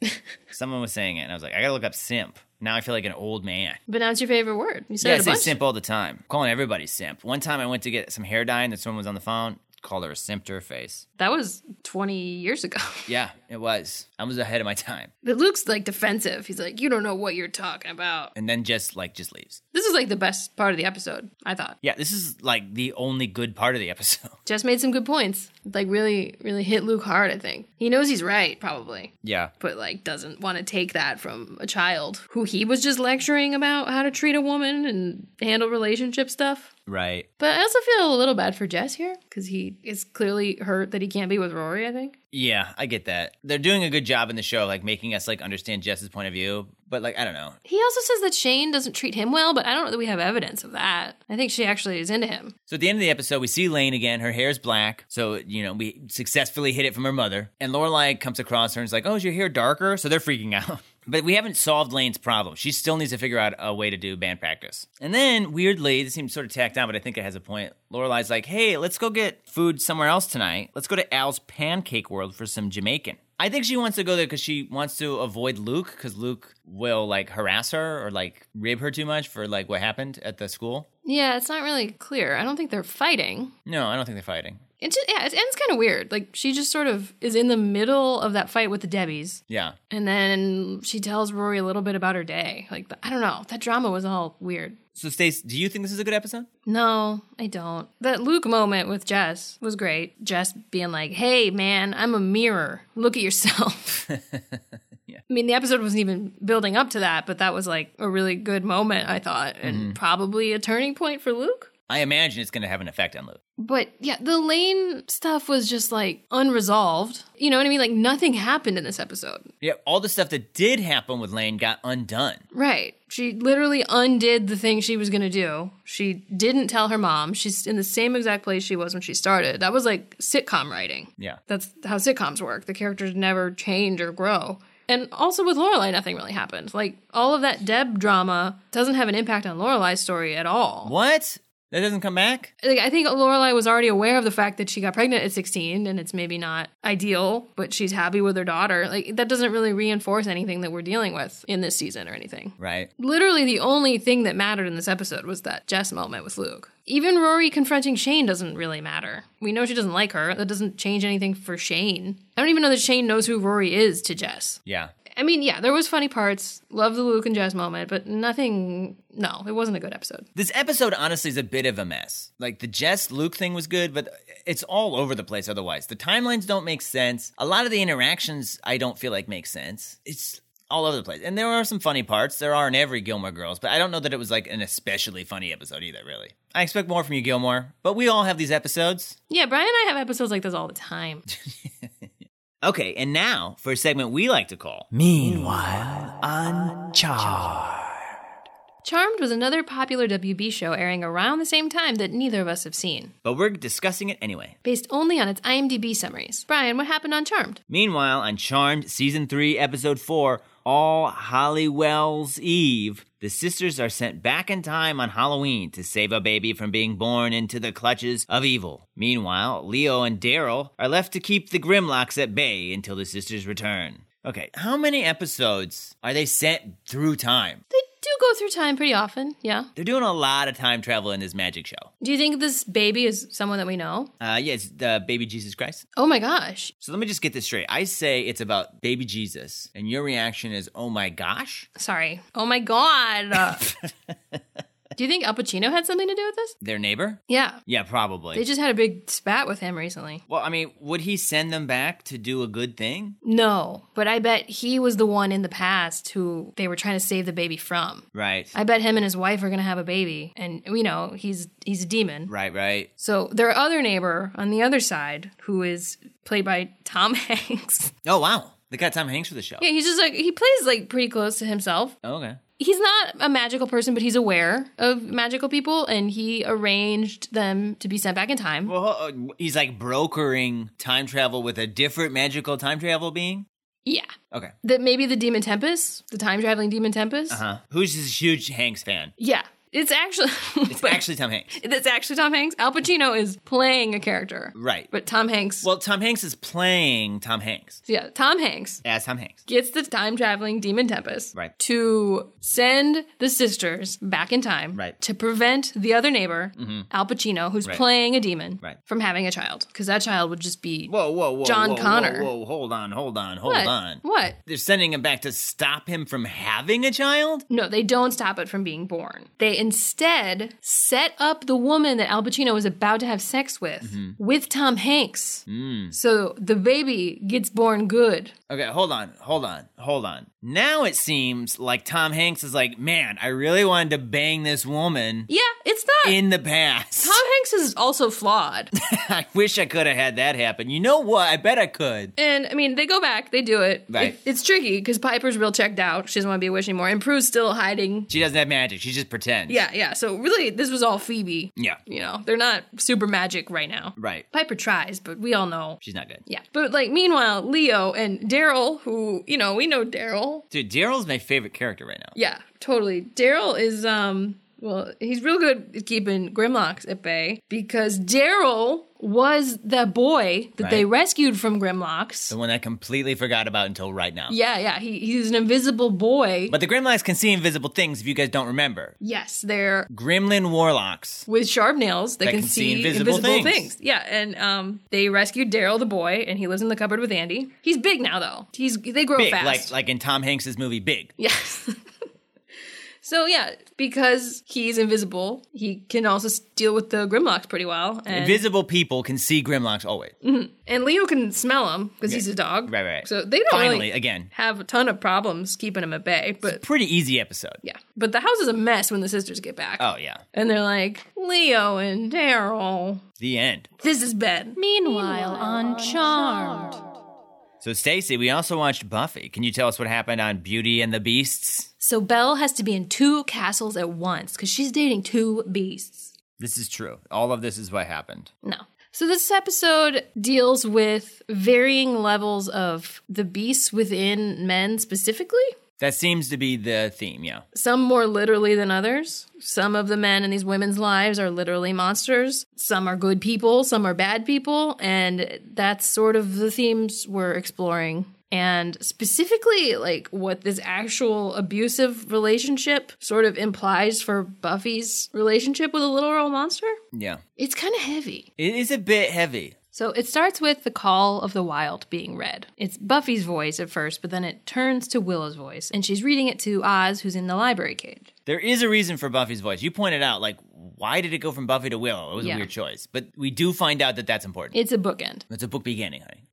Speaker 1: Someone was saying it, and I was like, I gotta look up simp. Now I feel like an old man.
Speaker 2: But now it's your favorite word. You said
Speaker 1: Yeah, I
Speaker 2: it a
Speaker 1: say
Speaker 2: bunch.
Speaker 1: simp all the time. I'm calling everybody simp. One time I went to get some hair dye and someone was on the phone, called her a simp to her face.
Speaker 2: That was 20 years ago.
Speaker 1: Yeah, it was. I was ahead of my time.
Speaker 2: But Luke's like defensive. He's like, you don't know what you're talking about.
Speaker 1: And then just like just leaves.
Speaker 2: This is like the best part of the episode, I thought.
Speaker 1: Yeah, this is like the only good part of the episode.
Speaker 2: Jess made some good points. Like, really, really hit Luke hard, I think. He knows he's right, probably,
Speaker 1: Yeah.
Speaker 2: but like doesn't want to take that from a child who he was just lecturing about how to treat a woman and handle relationship stuff.
Speaker 1: Right.
Speaker 2: But I also feel a little bad for Jess here because he is clearly hurt that he can't be with Rory, I think.
Speaker 1: Yeah, I get that. They're doing a good job in the show, like making us like understand Jess's point of view. But like I don't know.
Speaker 2: He also says that Shane doesn't treat him well, but I don't know that we have evidence of that. I think she actually is into him.
Speaker 1: So at the end of the episode, we see Lane again. Her hair's black, so you know we successfully hid it from her mother. And Lorelai comes across her and is like, "Oh, is your hair darker?" So they're freaking out. But we haven't solved Lane's problem. She still needs to figure out a way to do band practice. And then, weirdly, this seems sort of tacked on, but I think it has a point. Lorelai's like, "Hey, let's go get food somewhere else tonight. Let's go to Al's Pancake World for some Jamaican." I think she wants to go there because she wants to avoid Luke because Luke will like harass her or like rib her too much for like what happened at the school.
Speaker 2: Yeah, it's not really clear. I don't think they're fighting.
Speaker 1: No, I don't think they're fighting.
Speaker 2: It just, yeah, it ends kind of weird. Like, she just sort of is in the middle of that fight with the Debbies.
Speaker 1: Yeah.
Speaker 2: And then she tells Rory a little bit about her day. Like, I don't know. That drama was all weird.
Speaker 1: So, Stace, do you think this is a good episode?
Speaker 2: No, I don't. That Luke moment with Jess was great. Jess being like, hey, man, I'm a mirror. Look at yourself. I mean, the episode wasn't even building up to that, but that was like a really good moment, I thought, and probably a turning point for Luke.
Speaker 1: I imagine it's going to have an effect on Luke.
Speaker 2: But yeah, the Lane stuff was just like unresolved. You know what I mean? Like nothing happened in this episode.
Speaker 1: Yeah, all the stuff that did happen with Lane got undone.
Speaker 2: Right. She literally undid the thing she was going to do. She didn't tell her mom. She's in the same exact place she was when she started. That was like sitcom writing.
Speaker 1: Yeah.
Speaker 2: That's how sitcoms work. The characters never change or grow. And also with Lorelai, nothing really happened. Like all of that Deb drama doesn't have an impact on Lorelai's story at all.
Speaker 1: What? That doesn't come back?
Speaker 2: Like I think Lorelai was already aware of the fact that she got pregnant at 16 and it's maybe not ideal, but she's happy with her daughter. Like that doesn't really reinforce anything that we're dealing with in this season or anything.
Speaker 1: Right.
Speaker 2: Literally the only thing that mattered in this episode was that Jess moment with Luke. Even Rory confronting Shane doesn't really matter. We know she doesn't like her. That doesn't change anything for Shane. I don't even know that Shane knows who Rory is to Jess.
Speaker 1: Yeah.
Speaker 2: I mean, yeah, there was funny parts. Love the Luke and Jess moment, but nothing no, it wasn't a good episode.
Speaker 1: This episode honestly is a bit of a mess. Like the Jess Luke thing was good, but it's all over the place otherwise. The timelines don't make sense. A lot of the interactions I don't feel like make sense. It's all over the place. And there are some funny parts. There are in every Gilmore Girls, but I don't know that it was like an especially funny episode either, really. I expect more from you, Gilmore, but we all have these episodes.
Speaker 2: Yeah, Brian and I have episodes like this all the time.
Speaker 1: Okay, and now for a segment we like to call
Speaker 4: Meanwhile, on Char.
Speaker 2: Charmed was another popular WB show airing around the same time that neither of us have seen,
Speaker 1: but we're discussing it anyway.
Speaker 2: based only on its IMDb summaries. Brian, what happened on Charmed?
Speaker 1: Meanwhile, on Charmed Season 3, Episode 4, All Halliwell's Eve, the sisters are sent back in time on Halloween to save a baby from being born into the clutches of evil. Meanwhile, Leo and Daryl are left to keep the Grimlocks at bay until the sisters return. Okay, how many episodes are they sent through time?
Speaker 2: They do go through time pretty often, yeah.
Speaker 1: They're doing a lot of time travel in this magic show.
Speaker 2: Do you think this baby is someone that we know?
Speaker 1: Uh, yeah, it's the baby Jesus Christ.
Speaker 2: Oh my gosh.
Speaker 1: So let me just get this straight. I say it's about baby Jesus, and your reaction is, oh my gosh?
Speaker 2: Sorry. Oh my god. Uh, do you think Al Pacino had something to do with this?
Speaker 1: Their neighbor?
Speaker 2: Yeah.
Speaker 1: Yeah, probably.
Speaker 2: They just had a big spat with him recently.
Speaker 1: well, I mean, would he send them back to do a good thing?
Speaker 2: No, but I bet he was the one in the past who they were trying to save the baby from.
Speaker 1: Right.
Speaker 2: I bet him and his wife are gonna have a baby, and you know he's he's a demon.
Speaker 1: right, right.
Speaker 2: So their other neighbor on the other side, who is played by Tom Hanks,
Speaker 1: Oh, wow. They got Tom Hanks for the show.
Speaker 2: yeah, he's just like he plays like pretty close to himself.
Speaker 1: Oh, okay.
Speaker 2: He's not a magical person, but he's aware of magical people, and he arranged them to be sent back in time.
Speaker 1: Well, uh, he's like brokering time travel with a different magical time travel being?
Speaker 2: yeah,
Speaker 1: Okay.
Speaker 2: that maybe the demon Tempest, the time traveling demon Tempest.
Speaker 1: Uh-huh. Who's this huge Hanks fan?
Speaker 2: Yeah, it's actually
Speaker 1: It's
Speaker 2: but-
Speaker 1: actually Tom Hanks.
Speaker 2: That's actually Tom Hanks. Al Pacino is playing a character.
Speaker 1: Right.
Speaker 2: But Tom Hanks.
Speaker 1: Well, Tom Hanks is playing Tom Hanks.
Speaker 2: yeah, Tom Hanks
Speaker 1: As Tom Hanks.
Speaker 2: gets the time traveling demon Tempest
Speaker 1: Right.
Speaker 2: to send the sisters back in time
Speaker 1: Right. Mm-hmm.
Speaker 2: to prevent the other neighbor, Al Pacino, who's
Speaker 1: Right.
Speaker 2: playing a demon,
Speaker 1: Right.
Speaker 2: from having a child. Because that child would just be.
Speaker 1: Whoa, whoa, whoa.
Speaker 2: John
Speaker 1: whoa, whoa,
Speaker 2: Connor.
Speaker 1: Whoa, hold on, hold on, hold
Speaker 2: What?
Speaker 1: on.
Speaker 2: What?
Speaker 1: They're sending him back to stop him from having a child?
Speaker 2: No, they don't stop it from being born. They instead set up the woman that Al Pacino was about to have sex with
Speaker 1: Mm-hmm.
Speaker 2: with Tom Hanks.
Speaker 1: Mm.
Speaker 2: So the baby gets born good.
Speaker 1: Okay, hold on, hold on, hold on. Now it seems like Tom Hanks is like, man, I really wanted to bang this woman
Speaker 2: Yeah, it's not.
Speaker 1: in the past.
Speaker 2: Tom Hanks is also flawed.
Speaker 1: I wish I could have had that happen. You know what? I bet I could.
Speaker 2: and I mean, they go back, they do it.
Speaker 1: Right.
Speaker 2: It- it's tricky because Piper's real checked out. She doesn't want to be a witch anymore. And Prue's still hiding.
Speaker 1: She doesn't have magic. She just pretends.
Speaker 2: Yeah, yeah. So really, this was all Phoebe.
Speaker 1: Yeah.
Speaker 2: You know, they're not super magic right now.
Speaker 1: Right.
Speaker 2: Piper tries, but we all know.
Speaker 1: She's not good.
Speaker 2: Yeah. But like, meanwhile, Leo and Daryl, who, you know, we know Daryl.
Speaker 1: Dude, Daryl's my favorite character right now.
Speaker 2: Yeah, totally. Daryl is, um, well, he's real good at keeping Grimlocks at bay because Daryl was the boy that they
Speaker 1: Right.
Speaker 2: rescued from Grimlocks.
Speaker 1: The one I completely forgot about until right now.
Speaker 2: Yeah, yeah. He, he's an invisible boy.
Speaker 1: But the Grimlocks can see invisible things if you guys don't remember.
Speaker 2: yes, they're
Speaker 1: Gremlin Warlocks.
Speaker 2: with sharp nails. They
Speaker 1: That
Speaker 2: can, see, invisible, things. Yeah, and um, they rescued Daryl the boy, and he lives in the cupboard with Andy. He's big now, though. He's they grow
Speaker 1: Big,
Speaker 2: fast.
Speaker 1: like like in Tom Hanks' movie Big.
Speaker 2: yes. so yeah, because he's invisible, he can also s- deal with the Grimlocks pretty well. And,
Speaker 1: Invisible people can see Grimlocks always.
Speaker 2: and Leo can smell him because he's a dog.
Speaker 1: Right, right, right.
Speaker 2: So they don't
Speaker 1: Finally,
Speaker 2: really
Speaker 1: again.
Speaker 2: have a ton of problems keeping him at bay, but.
Speaker 1: Pretty easy episode.
Speaker 2: Yeah, but the house is a mess when the sisters get back.
Speaker 1: Oh yeah.
Speaker 2: And they're like, Leo and Daryl,
Speaker 1: The end.
Speaker 2: this is bad. Meanwhile, on Charmed.
Speaker 1: So, Stacy, we also watched Buffy. Can you tell us what happened on Beauty and the Beasts?
Speaker 2: So Belle has to be in two castles at once because she's dating two beasts.
Speaker 1: This is true. All of this is what happened.
Speaker 2: No. So this episode deals with varying levels of the beasts within men specifically.
Speaker 1: That seems to be the theme, yeah.
Speaker 2: Some more literally than others. Some of the men in these women's lives are literally monsters. Some are good people, some are bad people, and that's sort of the themes we're exploring. And specifically, like what this actual abusive relationship sort of implies for Buffy's relationship with a literal monster.
Speaker 1: Yeah.
Speaker 2: It's kind of heavy.
Speaker 1: It is a bit heavy.
Speaker 2: So it starts with the call of the wild being read. It's Buffy's voice at first, but then it turns to Willow's voice, and she's reading it to Oz, who's in the library cage.
Speaker 1: There is a reason for Buffy's voice. You pointed out, like, why did it go from Buffy to Willow? It was
Speaker 2: Yeah.
Speaker 1: a weird choice. But we do find out that that's important.
Speaker 2: It's a bookend.
Speaker 1: it's a book beginning, honey.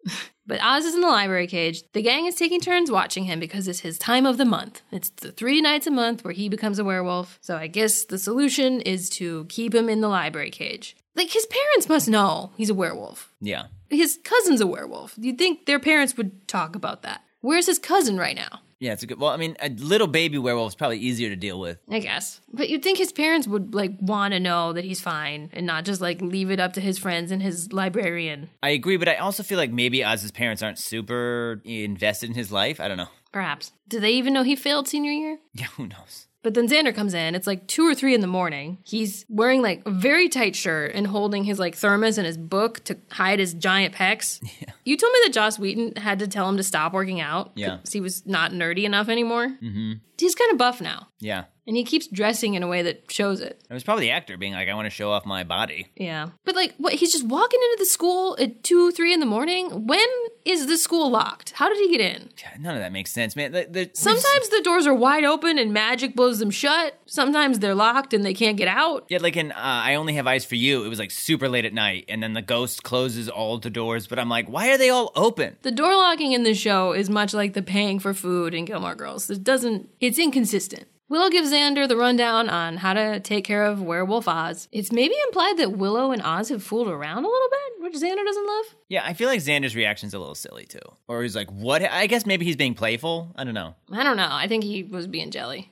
Speaker 2: But Oz is in the library cage. The gang is taking turns watching him because it's his time of the month. It's the three nights a month where he becomes a werewolf. So I guess the solution is to keep him in the library cage. Like, his parents must know he's a werewolf.
Speaker 1: Yeah.
Speaker 2: His cousin's a werewolf. You'd think their parents would talk about that. Where's his cousin right now?
Speaker 1: Yeah, it's a good. Well, I mean, a little baby werewolf is probably easier to deal with.
Speaker 2: I guess. But you'd think his parents would like want to know that he's fine and not just like leave it up to his friends and his librarian,
Speaker 1: I agree, but I also feel like maybe Oz's parents aren't super invested in his life. I don't know.
Speaker 2: perhaps. Do they even know he failed senior year?
Speaker 1: Yeah, who knows?
Speaker 2: But then Xander comes in. It's like two or three in the morning. He's wearing like a very tight shirt and holding his like thermos and his book to hide his giant pecs. You told me that Joss Wheaton had to tell him to stop working out
Speaker 1: Yeah.
Speaker 2: because he was not nerdy enough anymore. Mm-hmm. He's kind of buff now,
Speaker 1: Yeah.
Speaker 2: and he keeps dressing in a way that shows it.
Speaker 1: It was probably the actor being like, I want to show off my body.
Speaker 2: Yeah. But like what he's just walking into the school at two, three in the morning? When is the school locked? How did he get in?
Speaker 1: God, None of that makes sense, man. The- the-
Speaker 2: Sometimes the doors are wide open and magic blows them shut. Sometimes they're locked and they can't get out.
Speaker 1: Yeah, like in uh, I Only Have Eyes for You, it was like super late at night, and then the ghost closes all the doors, but I'm like, why are they all open?
Speaker 2: The door locking in this show is much like the paying for food in Gilmore Girls. It doesn't it's inconsistent. Willow gives Xander the rundown on how to take care of werewolf Oz. It's maybe implied that Willow and Oz have fooled around a little bit, which Xander doesn't love.
Speaker 1: Yeah, I feel like Xander's reaction's a little silly too. Or he's like, what? I guess maybe he's being playful. I don't know.
Speaker 2: I don't know. I think he was being jelly.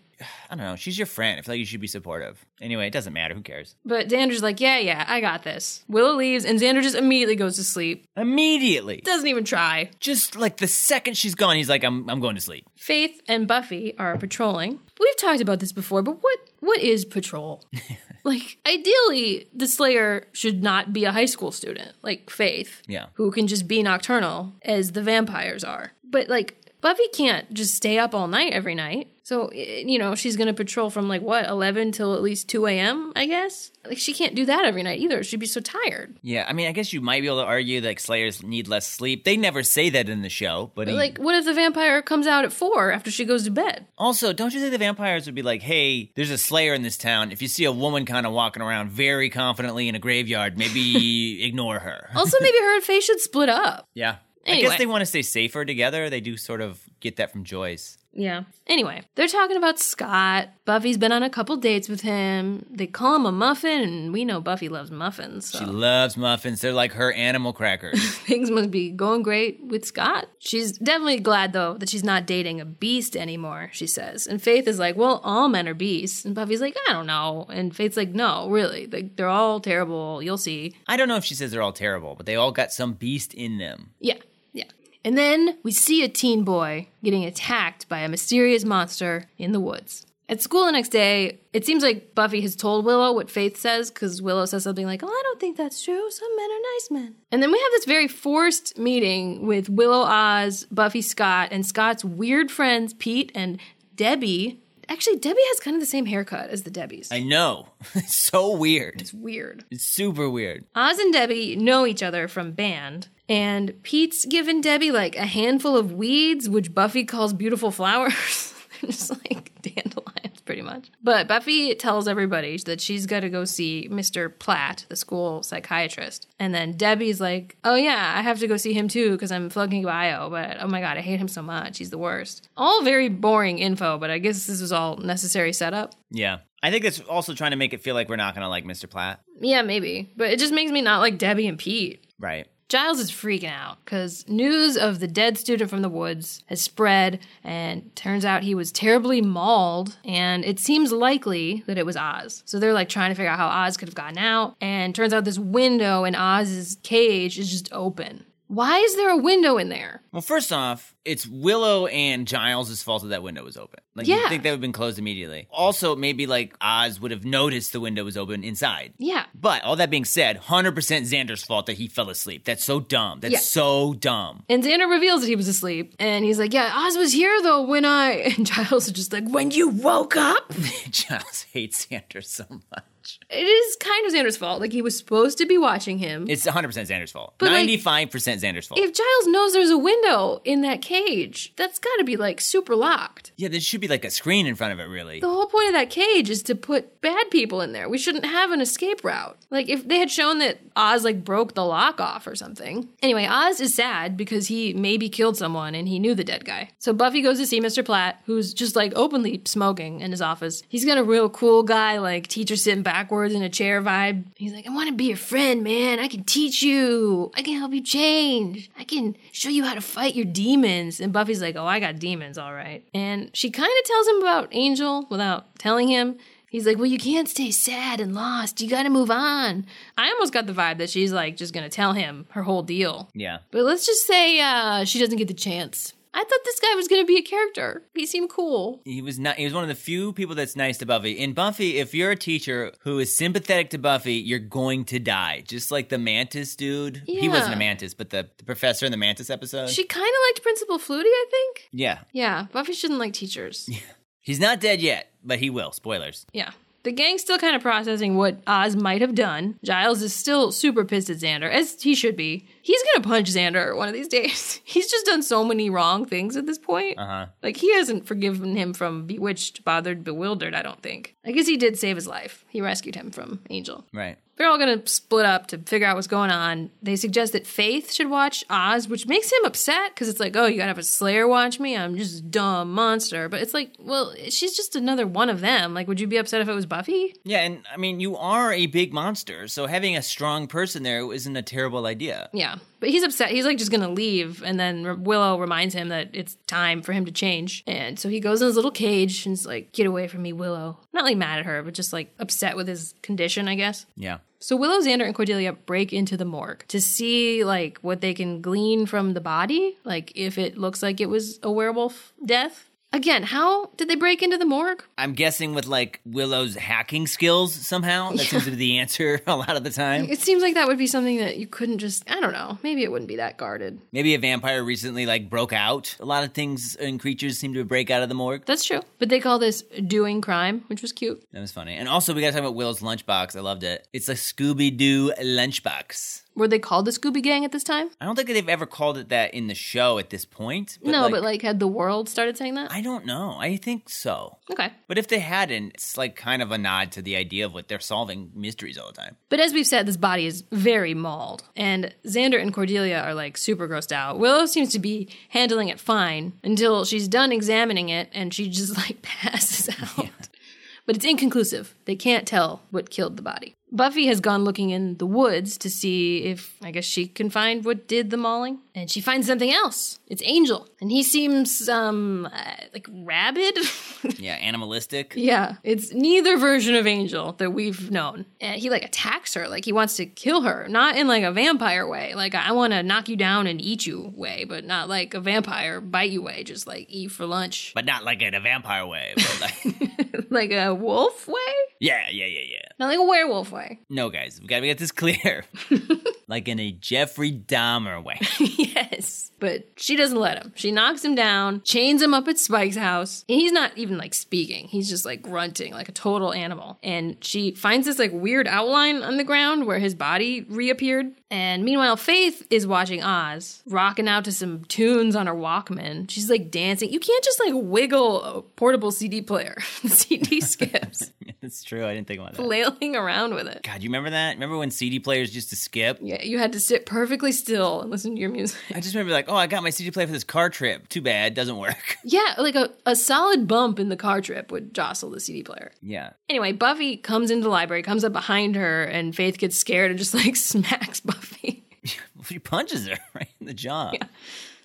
Speaker 1: I don't know. She's your friend. I feel like you should be supportive. Anyway, it doesn't matter. Who cares?
Speaker 2: But Xander's like, yeah, yeah, I got this. Willow leaves, and Xander just immediately goes to sleep.
Speaker 1: Immediately.
Speaker 2: Doesn't even try.
Speaker 1: Just like the second she's gone, he's like, I'm, I'm going to sleep.
Speaker 2: Faith and Buffy are patrolling. We've talked about this before, but what what is patrol? like, ideally, the Slayer should not be a high school student, like Faith,
Speaker 1: Yeah.
Speaker 2: who can just be nocturnal as the vampires are. But like, Buffy can't just stay up all night every night. So, i- you know, she's going to patrol from like what, 11 till at least 2 a.m., I guess? Like, she can't do that every night either. She'd be so tired.
Speaker 1: Yeah, I mean, I guess you might be able to argue that like, Slayers need less sleep. They never say that in the show, but he-
Speaker 2: Like, what if the vampire comes out at four after she goes to bed?
Speaker 1: Also, don't you think the vampires would be like, hey, there's a slayer in this town. If you see a woman kind of walking around very confidently in a graveyard, maybe ignore her.
Speaker 2: Also, maybe her and Faye should split up.
Speaker 1: yeah. I
Speaker 2: Anyway.
Speaker 1: guess they want to stay safer together. They do sort of get that from Joyce.
Speaker 2: Yeah. Anyway, they're talking about Scott. Buffy's been on a couple dates with him. They call him a muffin, and we know Buffy loves muffins. So
Speaker 1: She loves muffins. They're like her animal crackers.
Speaker 2: things must be going great with Scott. She's definitely glad, though, that she's not dating a beast anymore, she says. And Faith is like, well, all men are beasts. And Buffy's like, I don't know. And Faith's like, no, really. Like, they're all terrible. You'll see.
Speaker 1: I don't know if she says they're all terrible, but they all got some beast in them.
Speaker 2: Yeah, yeah. And then we see a teen boy getting attacked by a mysterious monster in the woods. At school the next day, it seems like Buffy has told Willow what Faith says because Willow says something like, Oh, I don't think that's true. Some men are nice men. And then we have this very forced meeting with Willow Oz, Buffy Scott, and Scott's weird friends, Pete and Debbie. Actually, Debbie has kind of the same haircut as the Debbies.
Speaker 1: I know. it's so weird.
Speaker 2: it's weird.
Speaker 1: It's super weird.
Speaker 2: Oz and Debbie know each other from band, and Pete's given Debbie like a handful of weeds, which Buffy calls beautiful flowers. They're just like dandelions, pretty much. But Buffy tells everybody that she's got to go see Mr. Platt, the school psychiatrist. And then Debbie's like, oh yeah, I have to go see him too because I'm flunking bio, but oh my god, I hate him so much. He's the worst. All very boring info, but I guess this was all necessary setup.
Speaker 1: Yeah. I think it's also trying to make it feel like we're not going to like Mr. Platt.
Speaker 2: Yeah, maybe. But it just makes me not like Debbie and Pete.
Speaker 1: Right.
Speaker 2: Giles is freaking out because news of the dead student from the woods has spread, and turns out he was terribly mauled, and it seems likely that it was Oz. So they're like trying to figure out how Oz could have gotten out, and turns out this window in Oz's cage is just open. Why is there a window in there?
Speaker 1: Well, first off, it's Willow and Giles' fault that that window was open. Like, you
Speaker 2: Yeah.
Speaker 1: think that would have been closed immediately. Also, maybe like Oz would have noticed the window was open inside.
Speaker 2: Yeah.
Speaker 1: But all that being said, 100% Xander's fault that he fell asleep. That's so dumb. That's
Speaker 2: Yeah.
Speaker 1: so dumb.
Speaker 2: And Xander reveals that he was asleep. And he's like, Yeah, Oz was here though when I. And Giles is just like, When you woke up?
Speaker 1: Giles hates Xander so much.
Speaker 2: It is kind of Xander's fault. Like, he was supposed to be watching him.
Speaker 1: It's 100% Xander's fault.
Speaker 2: But, like,
Speaker 1: 95% Xander's fault.
Speaker 2: if Giles knows there's a window in that cage, that's got to be like super locked.
Speaker 1: yeah, there should be like a screen in front of it, really.
Speaker 2: The whole point of that cage is to put bad people in there. We shouldn't have an escape route. Like if they had shown that Oz like broke the lock off or something. Anyway, Oz is sad because he maybe killed someone and he knew the dead guy. So Buffy goes to see Mr. Platt, who's just like openly smoking in his office. He's got a real cool guy, like teacher sitting backwards in a chair vibe. He's like, I want to be your friend, man. I can teach you. I can help you change. I can show you how to fight your demons. And Buffy's like, Oh, I got demons, all right. And she kind of tells him about Angel without telling him. He's like, Well, you can't stay sad and lost. You got to move on. I almost got the vibe that she's like just going to tell him her whole deal.
Speaker 1: yeah.
Speaker 2: But let's just say uh, she doesn't get the chance. I thought this guy was going to be a character. He seemed cool.
Speaker 1: He was not. He was one of the few people that's nice to Buffy. In Buffy, if you're a teacher who is sympathetic to Buffy, you're going to die. Just like the mantis dude. He
Speaker 2: Yeah.
Speaker 1: wasn't a mantis, but the, the professor in the mantis episode.
Speaker 2: She kind of liked Principal Flutie, I think.
Speaker 1: yeah,
Speaker 2: Yeah, Buffy shouldn't like teachers.
Speaker 1: he's not dead yet, but he will. Spoilers.
Speaker 2: Yeah. The gang's still kind of processing what Oz might have done. Giles is still super pissed at Xander, as he should be. He's gonna punch Xander one of these days. He's just done so many wrong things at this point.
Speaker 1: Uh-huh.
Speaker 2: Like, he hasn't forgiven him from bewitched, bothered, bewildered, I don't think. I guess he did save his life. He rescued him from Angel.
Speaker 1: Right.
Speaker 2: They're all gonna split up to figure out what's going on. They suggest that Faith should watch Oz, which makes him upset because it's like, oh, you gotta have a Slayer watch me. I'm just a dumb monster. But it's like, well, she's just another one of them. Like, would you be upset if it was Buffy?
Speaker 1: Yeah, and I mean, you are a big monster, so having a strong person there isn't a terrible idea.
Speaker 2: Yeah, but he's upset. He's like just gonna leave, and then Re- Willow reminds him that it's time for him to change, and so he goes in his little cage and is like, "Get away from me, Willow!" Not like mad at her, but just like upset with his condition, I guess.
Speaker 1: Yeah.
Speaker 2: So Willow, Xander, and Cordelia break into the morgue to see like what they can glean from the body, like if it looks like it was a werewolf death. Again, how did they break into the morgue?
Speaker 1: I'm guessing with like Willow's hacking skills somehow. That seems to be the answer a lot of the time.
Speaker 2: It seems like that would be something that you couldn't just I don't know, maybe it wouldn't be that guarded.
Speaker 1: Maybe a vampire recently like broke out. A lot of things and creatures seem to break out of the morgue.
Speaker 2: That's true. But they call this doing crime, which was cute.
Speaker 1: That was funny. And also, we got to talk about Will's lunchbox. I loved it. It's a Scooby Doo lunchbox.
Speaker 2: Were they called the Scooby Gang at this time?
Speaker 1: I don't think they've ever called it that in the show at this point.
Speaker 2: no, but like had the world started saying that?
Speaker 1: I don't know. I think so.
Speaker 2: okay.
Speaker 1: But if they hadn't, it's like kind of a nod to the idea of what they're solving mysteries all the time.
Speaker 2: But as we've said, this body is very mauled. And Xander and Cordelia are like super grossed out. Willow seems to be handling it fine until she's done examining it and she just like passes out. But it's inconclusive. They can't tell what killed the body. Buffy has gone looking in the woods to see if, I guess, she can find what did the mauling. And she finds something else. It's Angel. And he seems, um, uh, like rabid.
Speaker 1: Yeah, animalistic.
Speaker 2: Yeah, it's neither version of Angel that we've known. And he like attacks her, like he wants to kill her, not in like a vampire way, like I want to knock you down and eat you way, but not like a vampire bite you way, just like eat for lunch,
Speaker 1: But not like in a vampire way. But like,
Speaker 2: like a wolf way,
Speaker 1: yeah, yeah, yeah, yeah.
Speaker 2: not like a werewolf way.
Speaker 1: No, guys, we got to get this clear. like in a Jeffrey Dahmer way.
Speaker 2: yes, but she doesn't let him. She knocks him down, chains him up at Spike's house, and he's not even like speaking. He's just like grunting like a total animal. And she finds this like weird outline on the ground where his body reappeared. And meanwhile, Faith is watching Oz, rocking out to some tunes on her Walkman. She's like dancing. You can't just like wiggle a portable CD player. CD skips,
Speaker 1: That's true. I didn't think about that.
Speaker 2: flailing around with it.
Speaker 1: God, you remember that? Remember when CD players used to skip?
Speaker 2: Yeah, you had to sit perfectly still and listen to your music.
Speaker 1: I just remember like, oh, I got my CD player for this car trip. Too bad, doesn't work.
Speaker 2: Yeah, like a, a solid bump in the car trip would jostle the CD player.
Speaker 1: Yeah.
Speaker 2: Anyway, Buffy comes into the library, comes up behind her, and Faith gets scared and just like smacks Buffy.
Speaker 1: She punches her right in the jaw.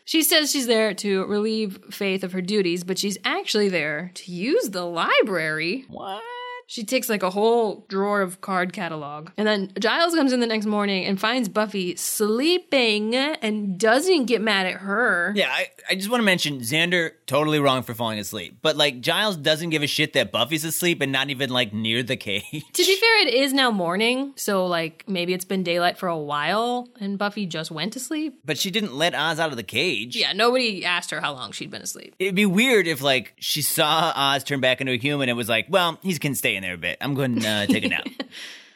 Speaker 2: She says she's there to relieve Faith of her duties, but she's actually there to use the library
Speaker 1: What?
Speaker 2: She takes like a whole drawer of card catalog. And then Giles comes in the next morning and finds Buffy sleeping and doesn't get mad at her.
Speaker 1: Yeah, I, I just want to mention Xander totally wrong for falling asleep. But like Giles doesn't give a shit that Buffy's asleep and not even like near the cage.
Speaker 2: To be fair, it is now morning, so like maybe it's been daylight for a while and Buffy just went to sleep.
Speaker 1: But she didn't let Oz out of the cage.
Speaker 2: Yeah, nobody asked her how long she'd been asleep.
Speaker 1: It'd be weird if like she saw Oz turn back into a human and was like, "Well, he can stay in there a bit. I'm going to uh, take a nap."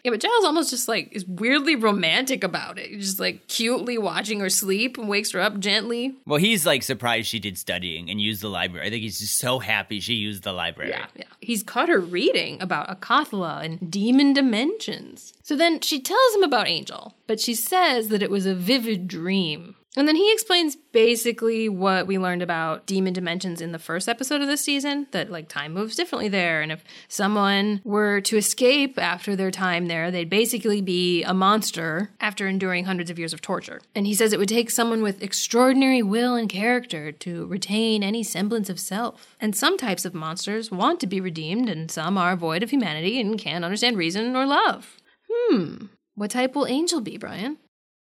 Speaker 2: Yeah, but Giles almost just like is weirdly romantic about it. He's just like cutely watching her sleep and wakes her up gently.
Speaker 1: well, he's like surprised she did studying and used the library. I think he's just so happy she used the library.
Speaker 2: Yeah. He's caught her reading about Akathala and demon dimensions. So then she tells him about Angel, but she says that it was a vivid dream. And then he explains basically what we learned about demon dimensions in the first episode of this season that like time moves differently there. And if someone were to escape after their time there, they'd basically be a monster after enduring hundreds of years of torture. And he says it would take someone with extraordinary will and character to retain any semblance of self. And some types of monsters want to be redeemed, and some are void of humanity and can't understand reason or love. Hmm. What type will Angel be, Brian?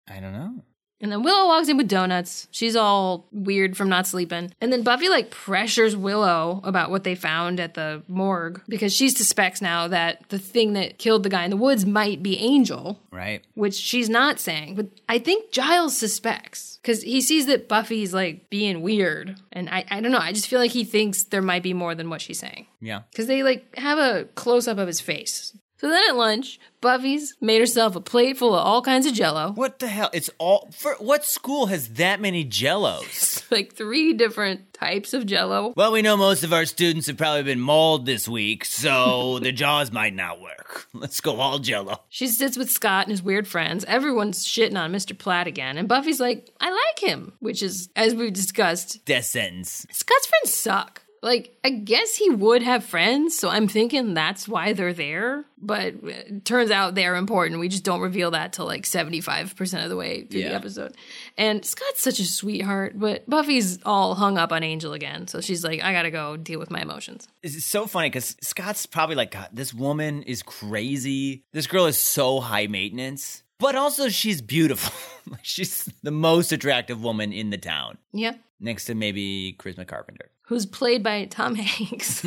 Speaker 1: I don't know.
Speaker 2: And then Willow walks in with donuts. She's all weird from not sleeping. And then Buffy like pressures Willow about what they found at the morgue because she suspects now that the thing that killed the guy in the woods might be Angel,
Speaker 1: Right.
Speaker 2: which she's not saying. But I think Giles suspects because he sees that Buffy's like being weird. And I, I don't know. I just feel like he thinks there might be more than what she's saying
Speaker 1: Yeah.
Speaker 2: because they like have a close up of his face. So then at lunch, Buffy's made herself a plate full of all kinds of jello.
Speaker 1: What the hell? It's all for what school has that many jellos?
Speaker 2: like three different types of jello.
Speaker 1: Well, we know most of our students have probably been mauled this week, so their jaws might not work. Let's go all jello.
Speaker 2: She sits with Scott and his weird friends. Everyone's shitting on Mr. Platt again. And Buffy's like, I like him, which is, as we've discussed,
Speaker 1: Death sentence.
Speaker 2: Scott's friends suck. Like, I guess he would have friends, so I'm thinking that's why they're there. But it turns out they're important. We just don't reveal that till like 75% of the way through the
Speaker 1: Yeah.
Speaker 2: episode. And Scott's such a sweetheart, but Buffy's all hung up on Angel again. So she's like, I gotta go deal with my emotions.
Speaker 1: This is so funny because Scott's probably like, God, this woman is crazy. This girl is so high maintenance, but also she's beautiful. Like, she's the most attractive woman in the town,
Speaker 2: Yeah.
Speaker 1: next to maybe Charisma Carpenter.
Speaker 2: who's played by Tom Hanks.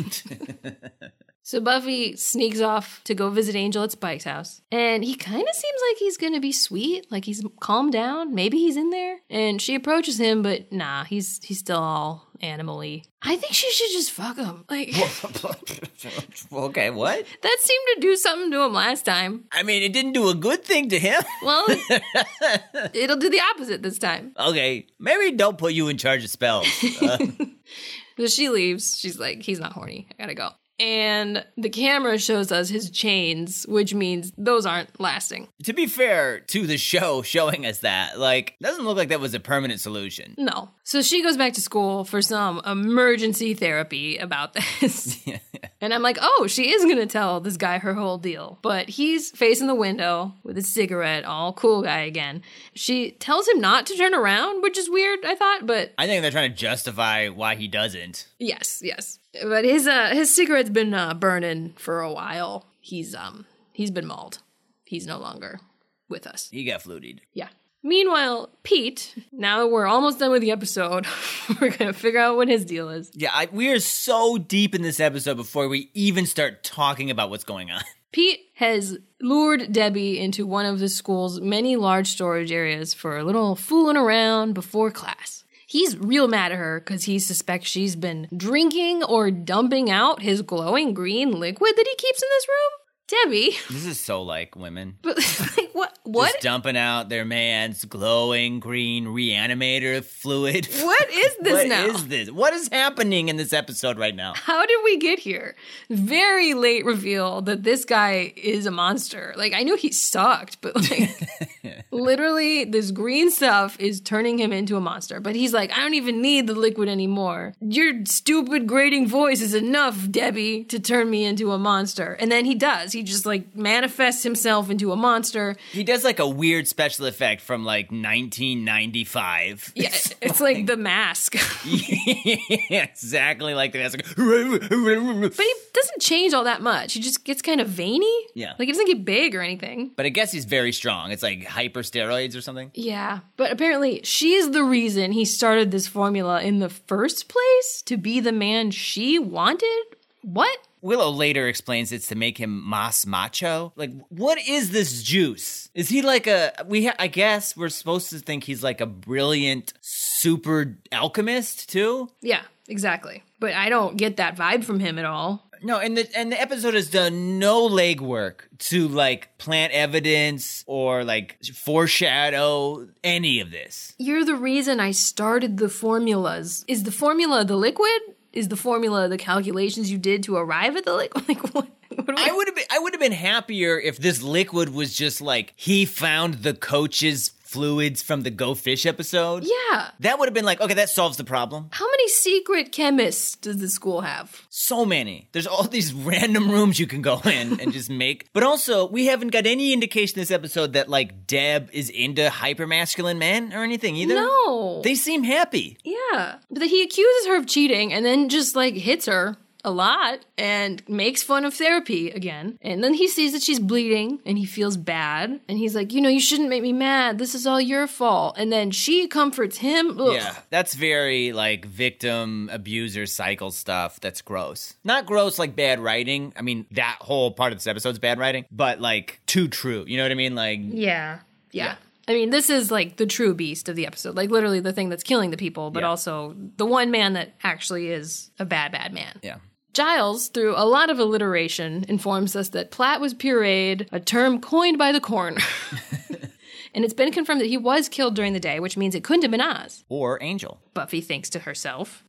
Speaker 2: so Buffy sneaks off to go visit Angel at Spike's house. And he kind of seems like he's going to be sweet, like he's calmed down, maybe he's in there. And she approaches him, but nah, he's he's still all animally. I think she should just fuck him. Like
Speaker 1: okay, what?
Speaker 2: that seemed to do something to him last time.
Speaker 1: I mean, it didn't do a good thing to him.
Speaker 2: Well, it'll do the opposite this time.
Speaker 1: okay, maybe don't put you in charge of spells. Uh,
Speaker 2: So she leaves. She's like, he's not horny. I gotta go. And the camera shows us his chains, which means those aren't lasting.
Speaker 1: to be fair to the show showing us that, like, doesn't look like that was a permanent solution.
Speaker 2: No. So she goes back to school for some emergency therapy about this. and I'm like, oh, she is going to tell this guy her whole deal. But he's facing the window with his cigarette, all cool guy again. She tells him not to turn around, which is weird, I thought, but
Speaker 1: I think they're trying to justify why he doesn't.
Speaker 2: Yes, yes. But his uh his cigarette's been uh, burning for a while. He's um he's been mauled. He's no longer with us.
Speaker 1: He got flutied.
Speaker 2: Yeah. Meanwhile, Pete, now that we're almost done with the episode, we're going to figure out what his deal is.
Speaker 1: Yeah, I, we are so deep in this episode before we even start talking about what's going on.
Speaker 2: Pete has lured Debbie into one of the school's many large storage areas for a little fooling around before class. He's real mad at her because he suspects she's been drinking or dumping out his glowing green liquid that he keeps in this room. Debbie,
Speaker 1: This is so like women.
Speaker 2: but like what? What?
Speaker 1: Just dumping out their man's glowing green reanimator fluid.
Speaker 2: what is this
Speaker 1: What
Speaker 2: now?
Speaker 1: is this? What is happening in this episode right now?
Speaker 2: How did we get here? Very late reveal that this guy is a monster. Like I knew he sucked, but like Literally, this green stuff is turning him into a monster. But he's like, I don't even need the liquid anymore. Your stupid grating voice is enough, Debbie, to turn me into a monster. And then he does. He just like manifests himself into a monster.
Speaker 1: He does like a weird special effect from like 1995.
Speaker 2: Yeah, it's, like the mask.
Speaker 1: Yeah, exactly like that. It's
Speaker 2: but
Speaker 1: like-
Speaker 2: he doesn't change all that much. He just gets kind of veiny.
Speaker 1: Yeah.
Speaker 2: Like he doesn't get big or anything.
Speaker 1: But I guess he's very strong. It's like hyper steroids or something.
Speaker 2: Yeah, but apparently she's the reason he started this formula in the first place to be the man she wanted. What?
Speaker 1: Willow later explains it's to make him mas macho. Like, what is this juice? Is he like a? We ha- I guess we're supposed to think he's like a brilliant super alchemist too.
Speaker 2: Yeah, exactly. But I don't get that vibe from him at all.
Speaker 1: No, and the and the episode has done no legwork to like plant evidence or like foreshadow any of this.
Speaker 2: You're the reason I started the formulas. Is the formula the liquid? Is the formula the calculations you did to arrive at the liquid? Like what? what do
Speaker 1: I would have been I would have been happier if this liquid was just like he found the coach's fluids from the Go Fish episode.
Speaker 2: Yeah.
Speaker 1: That would have been like, okay, that solves the problem.
Speaker 2: How many secret chemists does the school have?
Speaker 1: So many. There's all these random rooms you can go in and just make. But also, we haven't got any indication this episode that like Deb is into hypermasculine men or anything either.
Speaker 2: No.
Speaker 1: They seem happy.
Speaker 2: Yeah. But that he accuses her of cheating and then just like hits her a lot and makes fun of therapy again. And then he sees that she's bleeding and he feels bad. And he's like, You know, you shouldn't make me mad. This is all your fault. And then she comforts him. Ugh.
Speaker 1: Yeah, that's very like victim abuser cycle stuff. That's gross. Not gross like bad writing. I mean, that whole part of this episode's bad writing, but like too true. You know what I mean? Like,
Speaker 2: Yeah. Yeah. I mean, this is like the true beast of the episode, like literally the thing that's killing the people, but
Speaker 1: Yeah.
Speaker 2: also the one man that actually is a bad, bad man.
Speaker 1: yeah.
Speaker 2: Giles, through a lot of alliteration, informs us that Platt was pureed, a term coined by the coroner. and it's been confirmed that he was killed during the day, which means it couldn't have been Oz,
Speaker 1: Or Angel.
Speaker 2: Buffy thinks to herself.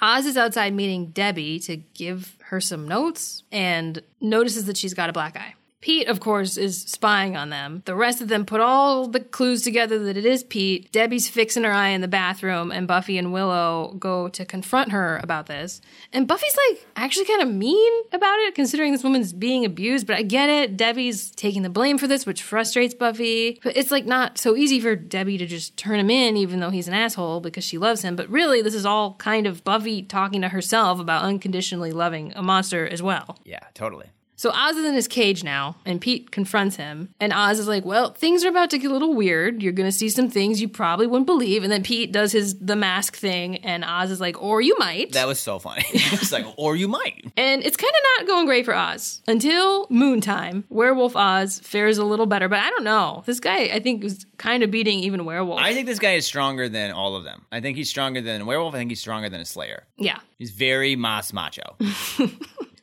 Speaker 2: Oz is outside meeting Debbie to give her some notes and notices that she's got a black eye. Pete, of course, is spying on them. The rest of them put all the clues together that it is Pete. Debbie's fixing her eye in the bathroom, and Buffy and Willow go to confront her about this. And Buffy's like actually kind of mean about it, considering this woman's being abused, but I get it. Debbie's taking the blame for this, which frustrates Buffy. But it's like not so easy for Debbie to just turn him in, even though he's an asshole, because she loves him. But really, this is all kind of Buffy talking to herself about unconditionally loving a monster as well.
Speaker 1: Yeah, totally.
Speaker 2: So Oz is in his cage now, and Pete confronts him. And Oz is like, Well, things are about to get a little weird. You're going to see some things you probably wouldn't believe. And then Pete does his the mask thing, and Oz is like, Or you might.
Speaker 1: That was so funny. it's like, or you might.
Speaker 2: And it's kind of not going great for Oz until Moon Time. Werewolf Oz fares a little better, but I don't know. This guy, I think, was kind of beating even Werewolf.
Speaker 1: I think this guy is stronger than all of them. I think he's stronger than a werewolf. I think he's stronger than a slayer.
Speaker 2: yeah.
Speaker 1: He's very mas macho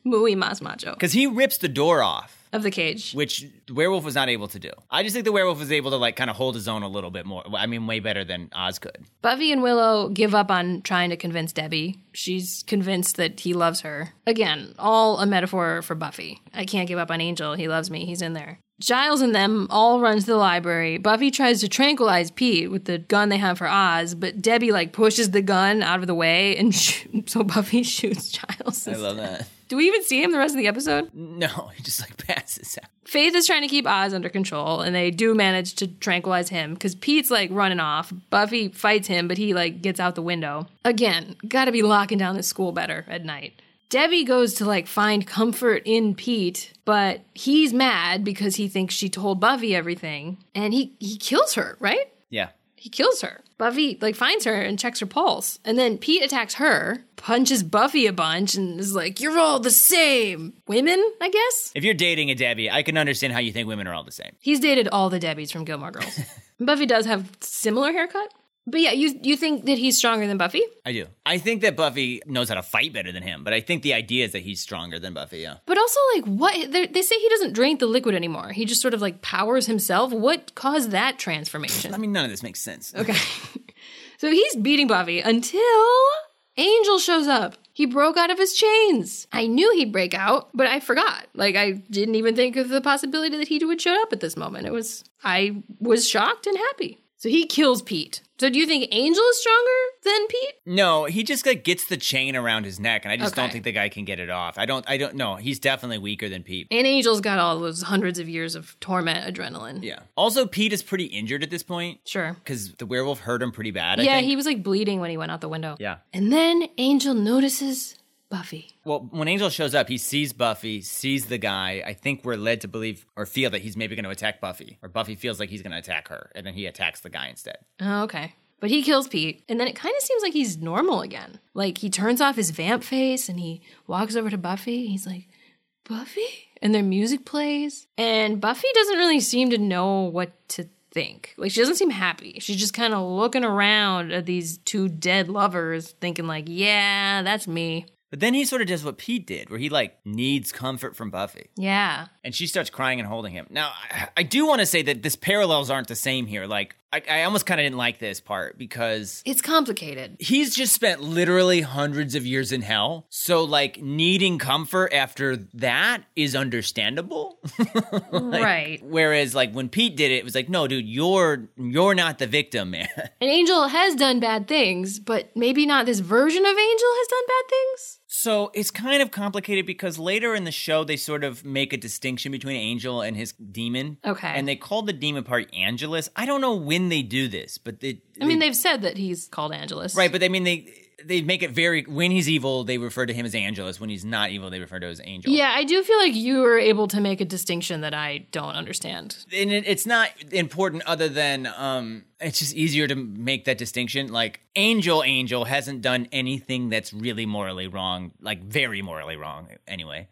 Speaker 2: Muy mas macho.
Speaker 1: because he rips the door off.
Speaker 2: Of the cage.
Speaker 1: which the werewolf was not able to do. I just think the werewolf was able to like kind of hold his own a little bit more. I mean, way better than Oz could.
Speaker 2: Buffy and Willow give up on trying to convince Debbie. She's convinced that he loves her. Again, all a metaphor for Buffy. I can't give up on Angel. He loves me. He's in there. Giles and them all run to the library. Buffy tries to tranquilize Pete with the gun they have for Oz, but Debbie like pushes the gun out of the way, and sh- so Buffy shoots Giles.
Speaker 1: I love that.
Speaker 2: Do we even see him the rest of the episode?
Speaker 1: No, he just like passes out.
Speaker 2: Faith is trying to keep Oz under control, and they do manage to tranquilize him because Pete's like running off. Buffy fights him, but he like gets out the window. Again, gotta be locking down this school better at night. Debbie goes to like find comfort in Pete, but he's mad because he thinks she told Buffy everything, and he he kills her, right?
Speaker 1: Yeah.
Speaker 2: he kills her. Buffy like finds her and checks her pulse, and then Pete attacks her, punches Buffy a bunch, and is like, "You're all the same women, I guess."
Speaker 1: If you're dating a Debbie, I can understand how you think women are all the same.
Speaker 2: He's dated all the Debbies from Gilmore Girls. Buffy does have similar haircut, but yeah, you you think that he's stronger than Buffy?
Speaker 1: I do. I think that Buffy knows how to fight better than him, but I think the idea is that he's stronger than Buffy. Yeah.
Speaker 2: But also, like, what they they say he doesn't drink the liquid anymore. He just sort of like powers himself. What caused that transformation?
Speaker 1: I mean, none of this makes sense. Okay.
Speaker 2: So he's beating Buffy until Angel shows up. He broke out of his chains. I knew he'd break out, but I forgot. Like I didn't even think of the possibility that he would show up at this moment. It was I was shocked and happy. So he kills Pete. So do you think Angel is stronger than Pete?
Speaker 1: No, he just like gets the chain around his neck, and I just don't
Speaker 2: Okay.
Speaker 1: think the guy can get it off. I don't. I don't. No, he's definitely weaker than Pete.
Speaker 2: And Angel's got all those hundreds of years of torment adrenaline.
Speaker 1: Yeah. Also, Pete is pretty injured at this point
Speaker 2: Sure.
Speaker 1: because the werewolf hurt him pretty bad. I
Speaker 2: yeah,
Speaker 1: think.
Speaker 2: he was like bleeding when he went out the window.
Speaker 1: Yeah.
Speaker 2: And then Angel notices Buffy.
Speaker 1: Well, when Angel shows up, he sees Buffy, sees the guy. I think we're led to believe or feel that he's maybe going to attack Buffy, or Buffy feels like he's going to attack her, and then he attacks the guy instead.
Speaker 2: Oh, okay. But he kills Pete, and then it kind of seems like he's normal again. Like he turns off his vamp face and he walks over to Buffy. He's like, Buffy? And their music plays. And Buffy doesn't really seem to know what to think. Like she doesn't seem happy. She's just kind of looking around at these two dead lovers, thinking, like, yeah, that's me.
Speaker 1: But then he sort of does what Pete did, where he like needs comfort from Buffy,
Speaker 2: Yeah.
Speaker 1: and she starts crying and holding him. Now, I, I do want to say that this parallels aren't the same here. Like, I, I almost kind of didn't like this part because
Speaker 2: It's complicated.
Speaker 1: he's just spent literally hundreds of years in hell. So like needing comfort after that is understandable. Like,
Speaker 2: right.
Speaker 1: Whereas like when Pete did it, it was like, no, dude, you're you're not the victim, man.
Speaker 2: And Angel has done bad things, but maybe not this version of Angel has done bad things.
Speaker 1: so it's kind of complicated because later in the show they sort of make a distinction between Angel and his demon.
Speaker 2: Okay.
Speaker 1: And they call the demon part Angelus. I don't know when they do this, but they
Speaker 2: I mean, they've said that he's called Angelus.
Speaker 1: Right, but I mean they they make it very when he's evil, they refer to him as Angelus. When he's not evil, they refer to him as Angel.
Speaker 2: Yeah, I do feel like you were able to make a distinction that I don't understand.
Speaker 1: and it, it's not important other than um it's just easier to make that distinction like angel angel hasn't done anything that's really morally wrong like very morally wrong anyway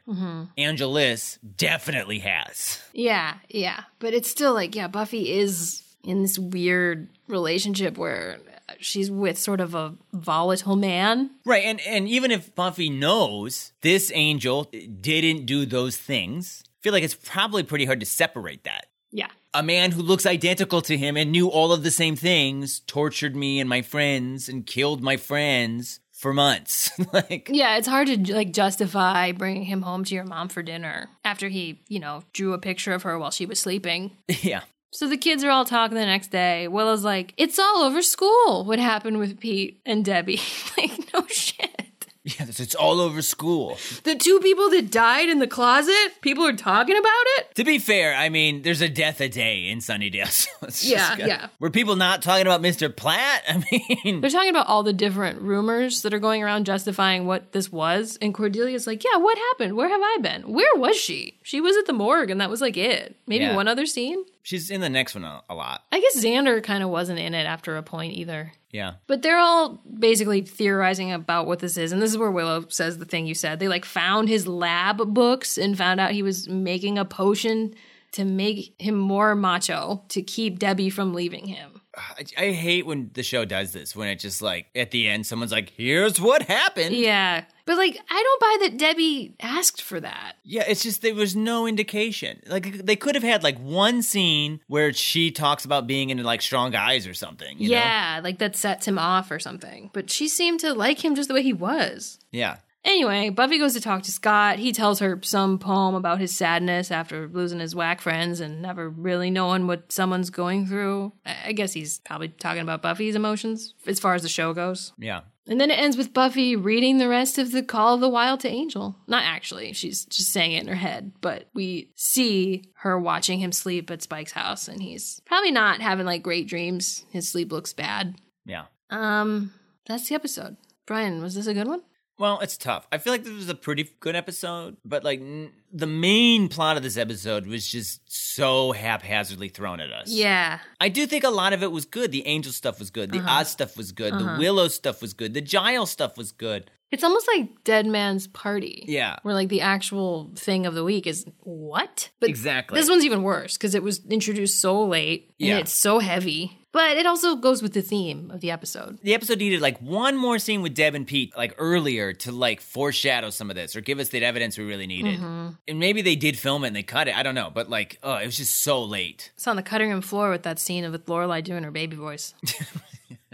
Speaker 1: angelus definitely has
Speaker 2: Yeah, yeah. But it's still like, yeah, Buffy is in this weird relationship where she's with sort of a volatile man.
Speaker 1: right and and even if buffy knows this angel didn't do those things i feel like it's probably pretty hard to separate that
Speaker 2: Yeah.
Speaker 1: a man who looks identical to him and knew all of the same things tortured me and my friends and killed my friends for months like
Speaker 2: Yeah, it's hard to like justify bringing him home to your mom for dinner after he, you know, drew a picture of her while she was sleeping.
Speaker 1: yeah
Speaker 2: So the kids are all talking the next day. Willow's like, "It's all over school. What happened with Pete and Debbie? like, no shit.
Speaker 1: Yeah, it's, it's all over school.
Speaker 2: The two people that died in the closet. People are talking about it.
Speaker 1: To be fair, I mean, there's a death a day in Sunnydale. So it's just
Speaker 2: Yeah,
Speaker 1: gotta-
Speaker 2: yeah.
Speaker 1: Were people not talking about Mr. Platt? I mean,
Speaker 2: They're talking about all the different rumors that are going around justifying what this was. And Cordelia's like, "Yeah, what happened? Where have I been? Where was she? She was at the morgue, and that was like it. Maybe
Speaker 1: Yeah.
Speaker 2: one other scene.
Speaker 1: she's in the next one a, a lot.
Speaker 2: I guess Xander kind of wasn't in it after a point either."
Speaker 1: Yeah.
Speaker 2: But they're all basically theorizing about what this is. And this is where Willow says the thing you said. They like found his lab books and found out he was making a potion to make him more macho to keep Debbie from leaving him.
Speaker 1: I, I hate when the show does this, when it just like, at the end, someone's like, here's what happened.
Speaker 2: Yeah. But like, I don't buy that Debbie asked for that.
Speaker 1: Yeah, it's just there was no indication. Like they could have had like one scene where she talks about being into like strong guys or something. You Know?
Speaker 2: yeah. Like, that sets him off or something. But she seemed to like him just the way he was.
Speaker 1: Yeah.
Speaker 2: Anyway, Buffy goes to talk to Scott. He tells her some poem about his sadness after losing his whack friends and never really knowing what someone's going through. I I guess he's probably talking about Buffy's emotions as far as the show goes.
Speaker 1: Yeah.
Speaker 2: And then it ends with Buffy reading the rest of the Call of the Wild to Angel. Not actually, she's just saying it in her head, but we see her watching him sleep at Spike's house and he's probably not having like great dreams. His sleep looks bad.
Speaker 1: Yeah.
Speaker 2: Um, that's the episode. Brian, was this a good one?
Speaker 1: Well, it's tough. I feel like this was a pretty good episode, but like n- the main plot of this episode was just so haphazardly thrown at us.
Speaker 2: Yeah.
Speaker 1: I do think a lot of it was good. The angel stuff was good. The Oz stuff was good. The Willow stuff was good. The Giles stuff was good.
Speaker 2: It's almost like Dead Man's Party.
Speaker 1: Yeah.
Speaker 2: Where like the actual thing of the week is what? But
Speaker 1: Exactly.
Speaker 2: this one's even worse because it was introduced so late and
Speaker 1: Yeah.
Speaker 2: it's so heavy. But it also goes with the theme of the episode.
Speaker 1: The episode needed like one more scene with Deb and Pete like earlier to like foreshadow some of this or give us the evidence we really needed. And maybe they did film it and they cut it. I don't know, but like, oh, it was just so late.
Speaker 2: It's on the cutting room floor with that scene of with Lorelai doing her baby voice.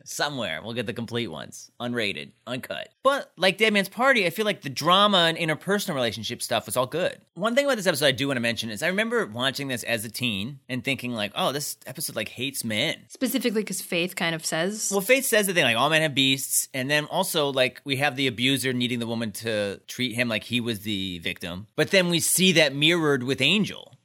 Speaker 1: somewhere. We'll get the complete ones, unrated, uncut. But like Dead Man's Party, I feel like the drama and interpersonal relationship stuff was all good. One thing about this episode I do want to mention is I remember watching this as a teen and thinking like, oh, this episode like hates men.
Speaker 2: Specifically because Faith kind of says.
Speaker 1: Well, Faith says the thing like all men have beasts, and then also like we have the abuser needing the woman to treat him like he was the victim. But then we see that mirrored with Angel.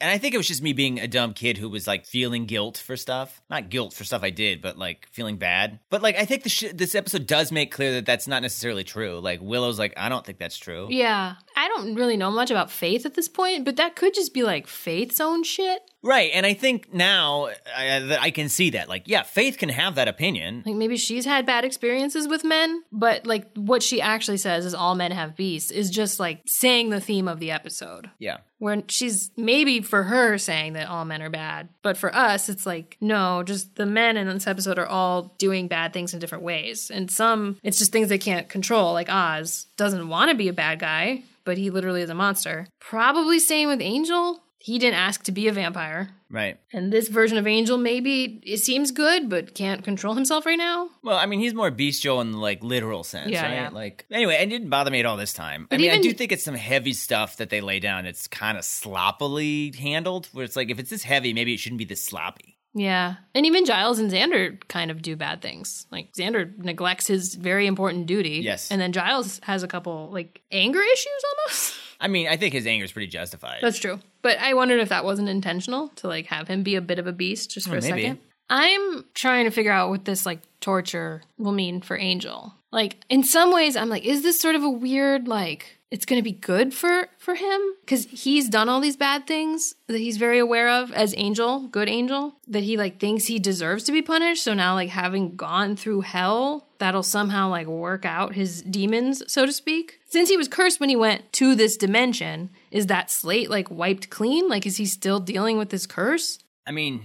Speaker 1: And I think it was just me being a dumb kid who was like feeling guilt for stuff. Not guilt for stuff I did, but like feeling bad. But like I think the sh- this episode does make clear that that's not necessarily true. Like Willow's like I don't think that's true.
Speaker 2: yeah. I don't really know much about Faith at this point, but that could just be like Faith's own shit.
Speaker 1: Right. And I think now I, that I can see that like yeah, Faith can have that opinion.
Speaker 2: Like maybe she's had bad experiences with men, but like what she actually says is all men have beasts is just like saying the theme of the episode.
Speaker 1: Yeah.
Speaker 2: Where she's maybe for her saying that all men are bad, but for us it's like no, just the men in this episode are all doing bad things in different ways. And some it's just things they can't control, like Oz doesn't want to be a bad guy, but he literally is a monster. Probably same with Angel. He didn't ask to be a vampire.
Speaker 1: Right.
Speaker 2: And this version of Angel maybe it seems good but can't control himself right now.
Speaker 1: Well, I mean, he's more bestial in the like literal sense,
Speaker 2: Yeah,
Speaker 1: right?
Speaker 2: yeah.
Speaker 1: Like anyway, it didn't bother me at all this time. I
Speaker 2: But
Speaker 1: mean, I
Speaker 2: even-
Speaker 1: do think it's some heavy stuff that they lay down. It's kind of sloppily handled. Where it's like if it's this heavy, maybe it shouldn't be this sloppy.
Speaker 2: Yeah. And even Giles and Xander kind of do bad things. Like Xander neglects his very important duty.
Speaker 1: Yes.
Speaker 2: And then Giles has a couple like anger issues almost.
Speaker 1: I mean, I think his anger is pretty justified.
Speaker 2: That's true. But I wondered if that wasn't intentional to like have him be a bit of a beast just for
Speaker 1: Oh,
Speaker 2: a
Speaker 1: maybe.
Speaker 2: second. I'm trying to figure out what this like torture will mean for Angel. Like in some ways I'm like is this sort of a weird like it's going to be good for for him cuz he's done all these bad things that he's very aware of as Angel, good Angel, that he like thinks he deserves to be punished. So now like having gone through hell, that'll somehow like work out his demons, so to speak. Since he was cursed when he went to this dimension, is that slate like wiped clean? Like, is he still dealing with this curse?
Speaker 1: I mean,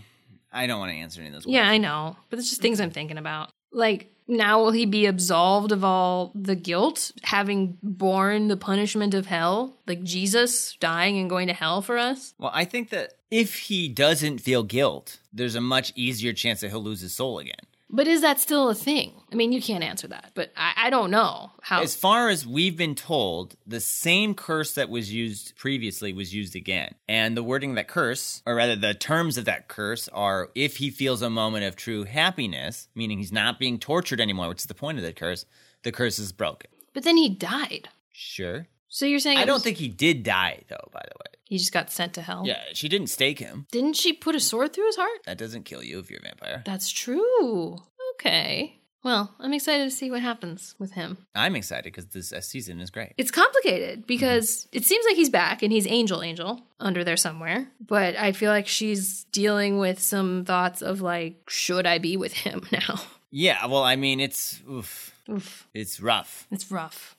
Speaker 1: I don't want to answer any of those.
Speaker 2: Yeah,
Speaker 1: questions.
Speaker 2: I know, but it's just things I'm thinking about. Like, now will he be absolved of all the guilt, having borne the punishment of hell? Like Jesus dying and going to hell for us?
Speaker 1: Well, I think that if he doesn't feel guilt, there's a much easier chance that he'll lose his soul again.
Speaker 2: But is that still a thing? I mean, you can't answer that, but I, I don't know how.
Speaker 1: As far as we've been told, the same curse that was used previously was used again. And the wording of that curse, or rather the terms of that curse, are if he feels a moment of true happiness, meaning he's not being tortured anymore, which is the point of that curse, the curse is broken.
Speaker 2: but then he died.
Speaker 1: Sure.
Speaker 2: So you're saying
Speaker 1: I
Speaker 2: it
Speaker 1: don't
Speaker 2: was-
Speaker 1: think he did die, though, by the way.
Speaker 2: he just got sent to hell?
Speaker 1: Yeah, she didn't stake him.
Speaker 2: Didn't she put a sword through his heart?
Speaker 1: That doesn't kill you if you're a vampire.
Speaker 2: That's true. Okay. Well, I'm excited to see what happens with him.
Speaker 1: I'm excited because this uh, season is great.
Speaker 2: It's complicated because it seems like he's back and he's Angel Angel under there somewhere. But I feel like she's dealing with some thoughts of like, should I be with him now?
Speaker 1: Yeah, well, I mean, it's oof,
Speaker 2: Oof,
Speaker 1: it's rough.
Speaker 2: it's rough.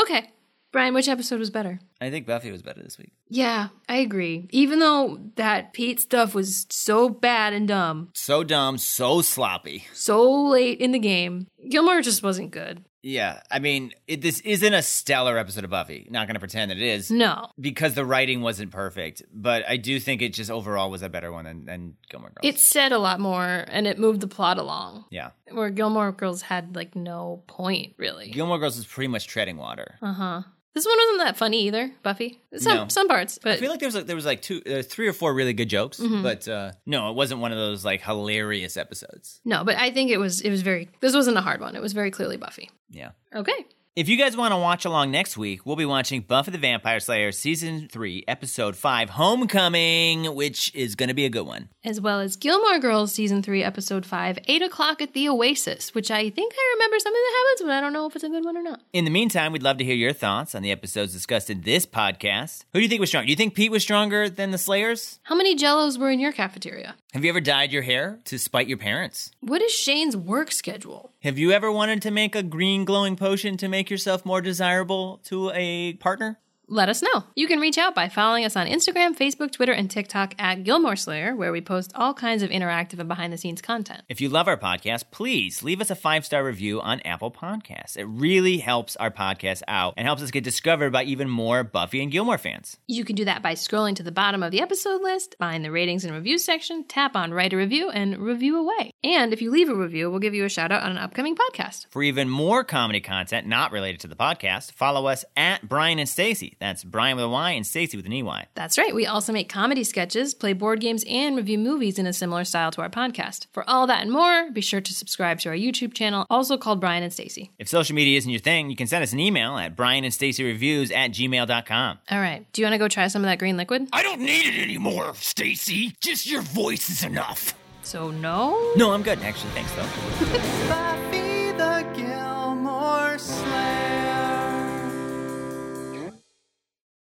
Speaker 2: Okay. Brian, which episode was better?
Speaker 1: I think Buffy was better this week.
Speaker 2: Yeah, I agree. Even though that Pete stuff was so bad and dumb,
Speaker 1: So dumb, so sloppy.
Speaker 2: so late in the game, Gilmore just wasn't good.
Speaker 1: Yeah, I mean, it, this isn't a stellar episode of Buffy. Not going to pretend that it is
Speaker 2: No.
Speaker 1: because the writing wasn't perfect, but I do think it just overall was a better one than, than Gilmore Girls.
Speaker 2: It said a lot more and it moved the plot along.
Speaker 1: yeah,
Speaker 2: Where Gilmore Girls had like no point really.
Speaker 1: Gilmore Girls is pretty much treading water.
Speaker 2: Uh huh. This one wasn't that funny either, Buffy. Some
Speaker 1: No.
Speaker 2: some parts, but
Speaker 1: I feel like there was like, there was like two, uh, three or four really good jokes,
Speaker 2: Mm-hmm.
Speaker 1: but uh, no, it wasn't one of those like hilarious episodes.
Speaker 2: no. But I think it was it was very. This wasn't a hard one. It was very clearly Buffy.
Speaker 1: Yeah.
Speaker 2: Okay.
Speaker 1: If you guys want to watch along next week, we'll be watching Buffy the Vampire Slayer season three, episode five, Homecoming, which is going to be a good one.
Speaker 2: As well as Gilmore Girls season three, episode five, eight o'clock at the Oasis, which I think I remember something that happens, but I don't know if it's a good one or not.
Speaker 1: In the meantime, we'd love to hear your thoughts on the episodes discussed in this podcast. Who do you think was stronger? Do you think Pete was stronger than the Slayers?
Speaker 2: How many Jellos were in your cafeteria?
Speaker 1: Have you ever dyed your hair to spite your parents?
Speaker 2: What is Shane's work schedule?
Speaker 1: Have you ever wanted to make a green glowing potion to make yourself more desirable to a partner?
Speaker 2: let us know. You can reach out by following us on Instagram, Facebook, Twitter, and TikTok at Gilmore Slayer, where we post all kinds of interactive and behind the scenes content.
Speaker 1: If you love our podcast, please leave us a five star review on Apple Podcasts. It really helps our podcast out and helps us get discovered by even more Buffy and Gilmore fans.
Speaker 2: You can do that by scrolling to the bottom of the episode list, find the ratings and reviews section, tap on Write a Review, and review away. And if you leave a review, we'll give you a shout out on an upcoming podcast.
Speaker 1: For even more comedy content not related to the podcast, follow us at Brian and Stacy. That's Brian with a Y and Stacy with an EY.
Speaker 2: That's right. We also make comedy sketches, play board games, and review movies in a similar style to our podcast. For all that and more, be sure to subscribe to our YouTube channel, also called Brian and Stacy.
Speaker 1: If social media isn't your thing, you can send us an email at Brian and Stacy Reviews at gmail.com.
Speaker 2: All right. Do you want to go try some of that green liquid?
Speaker 4: I don't need it anymore, Stacy. Just your voice is enough.
Speaker 2: So, no?
Speaker 1: No, I'm good, actually. Thanks, though.
Speaker 3: Buffy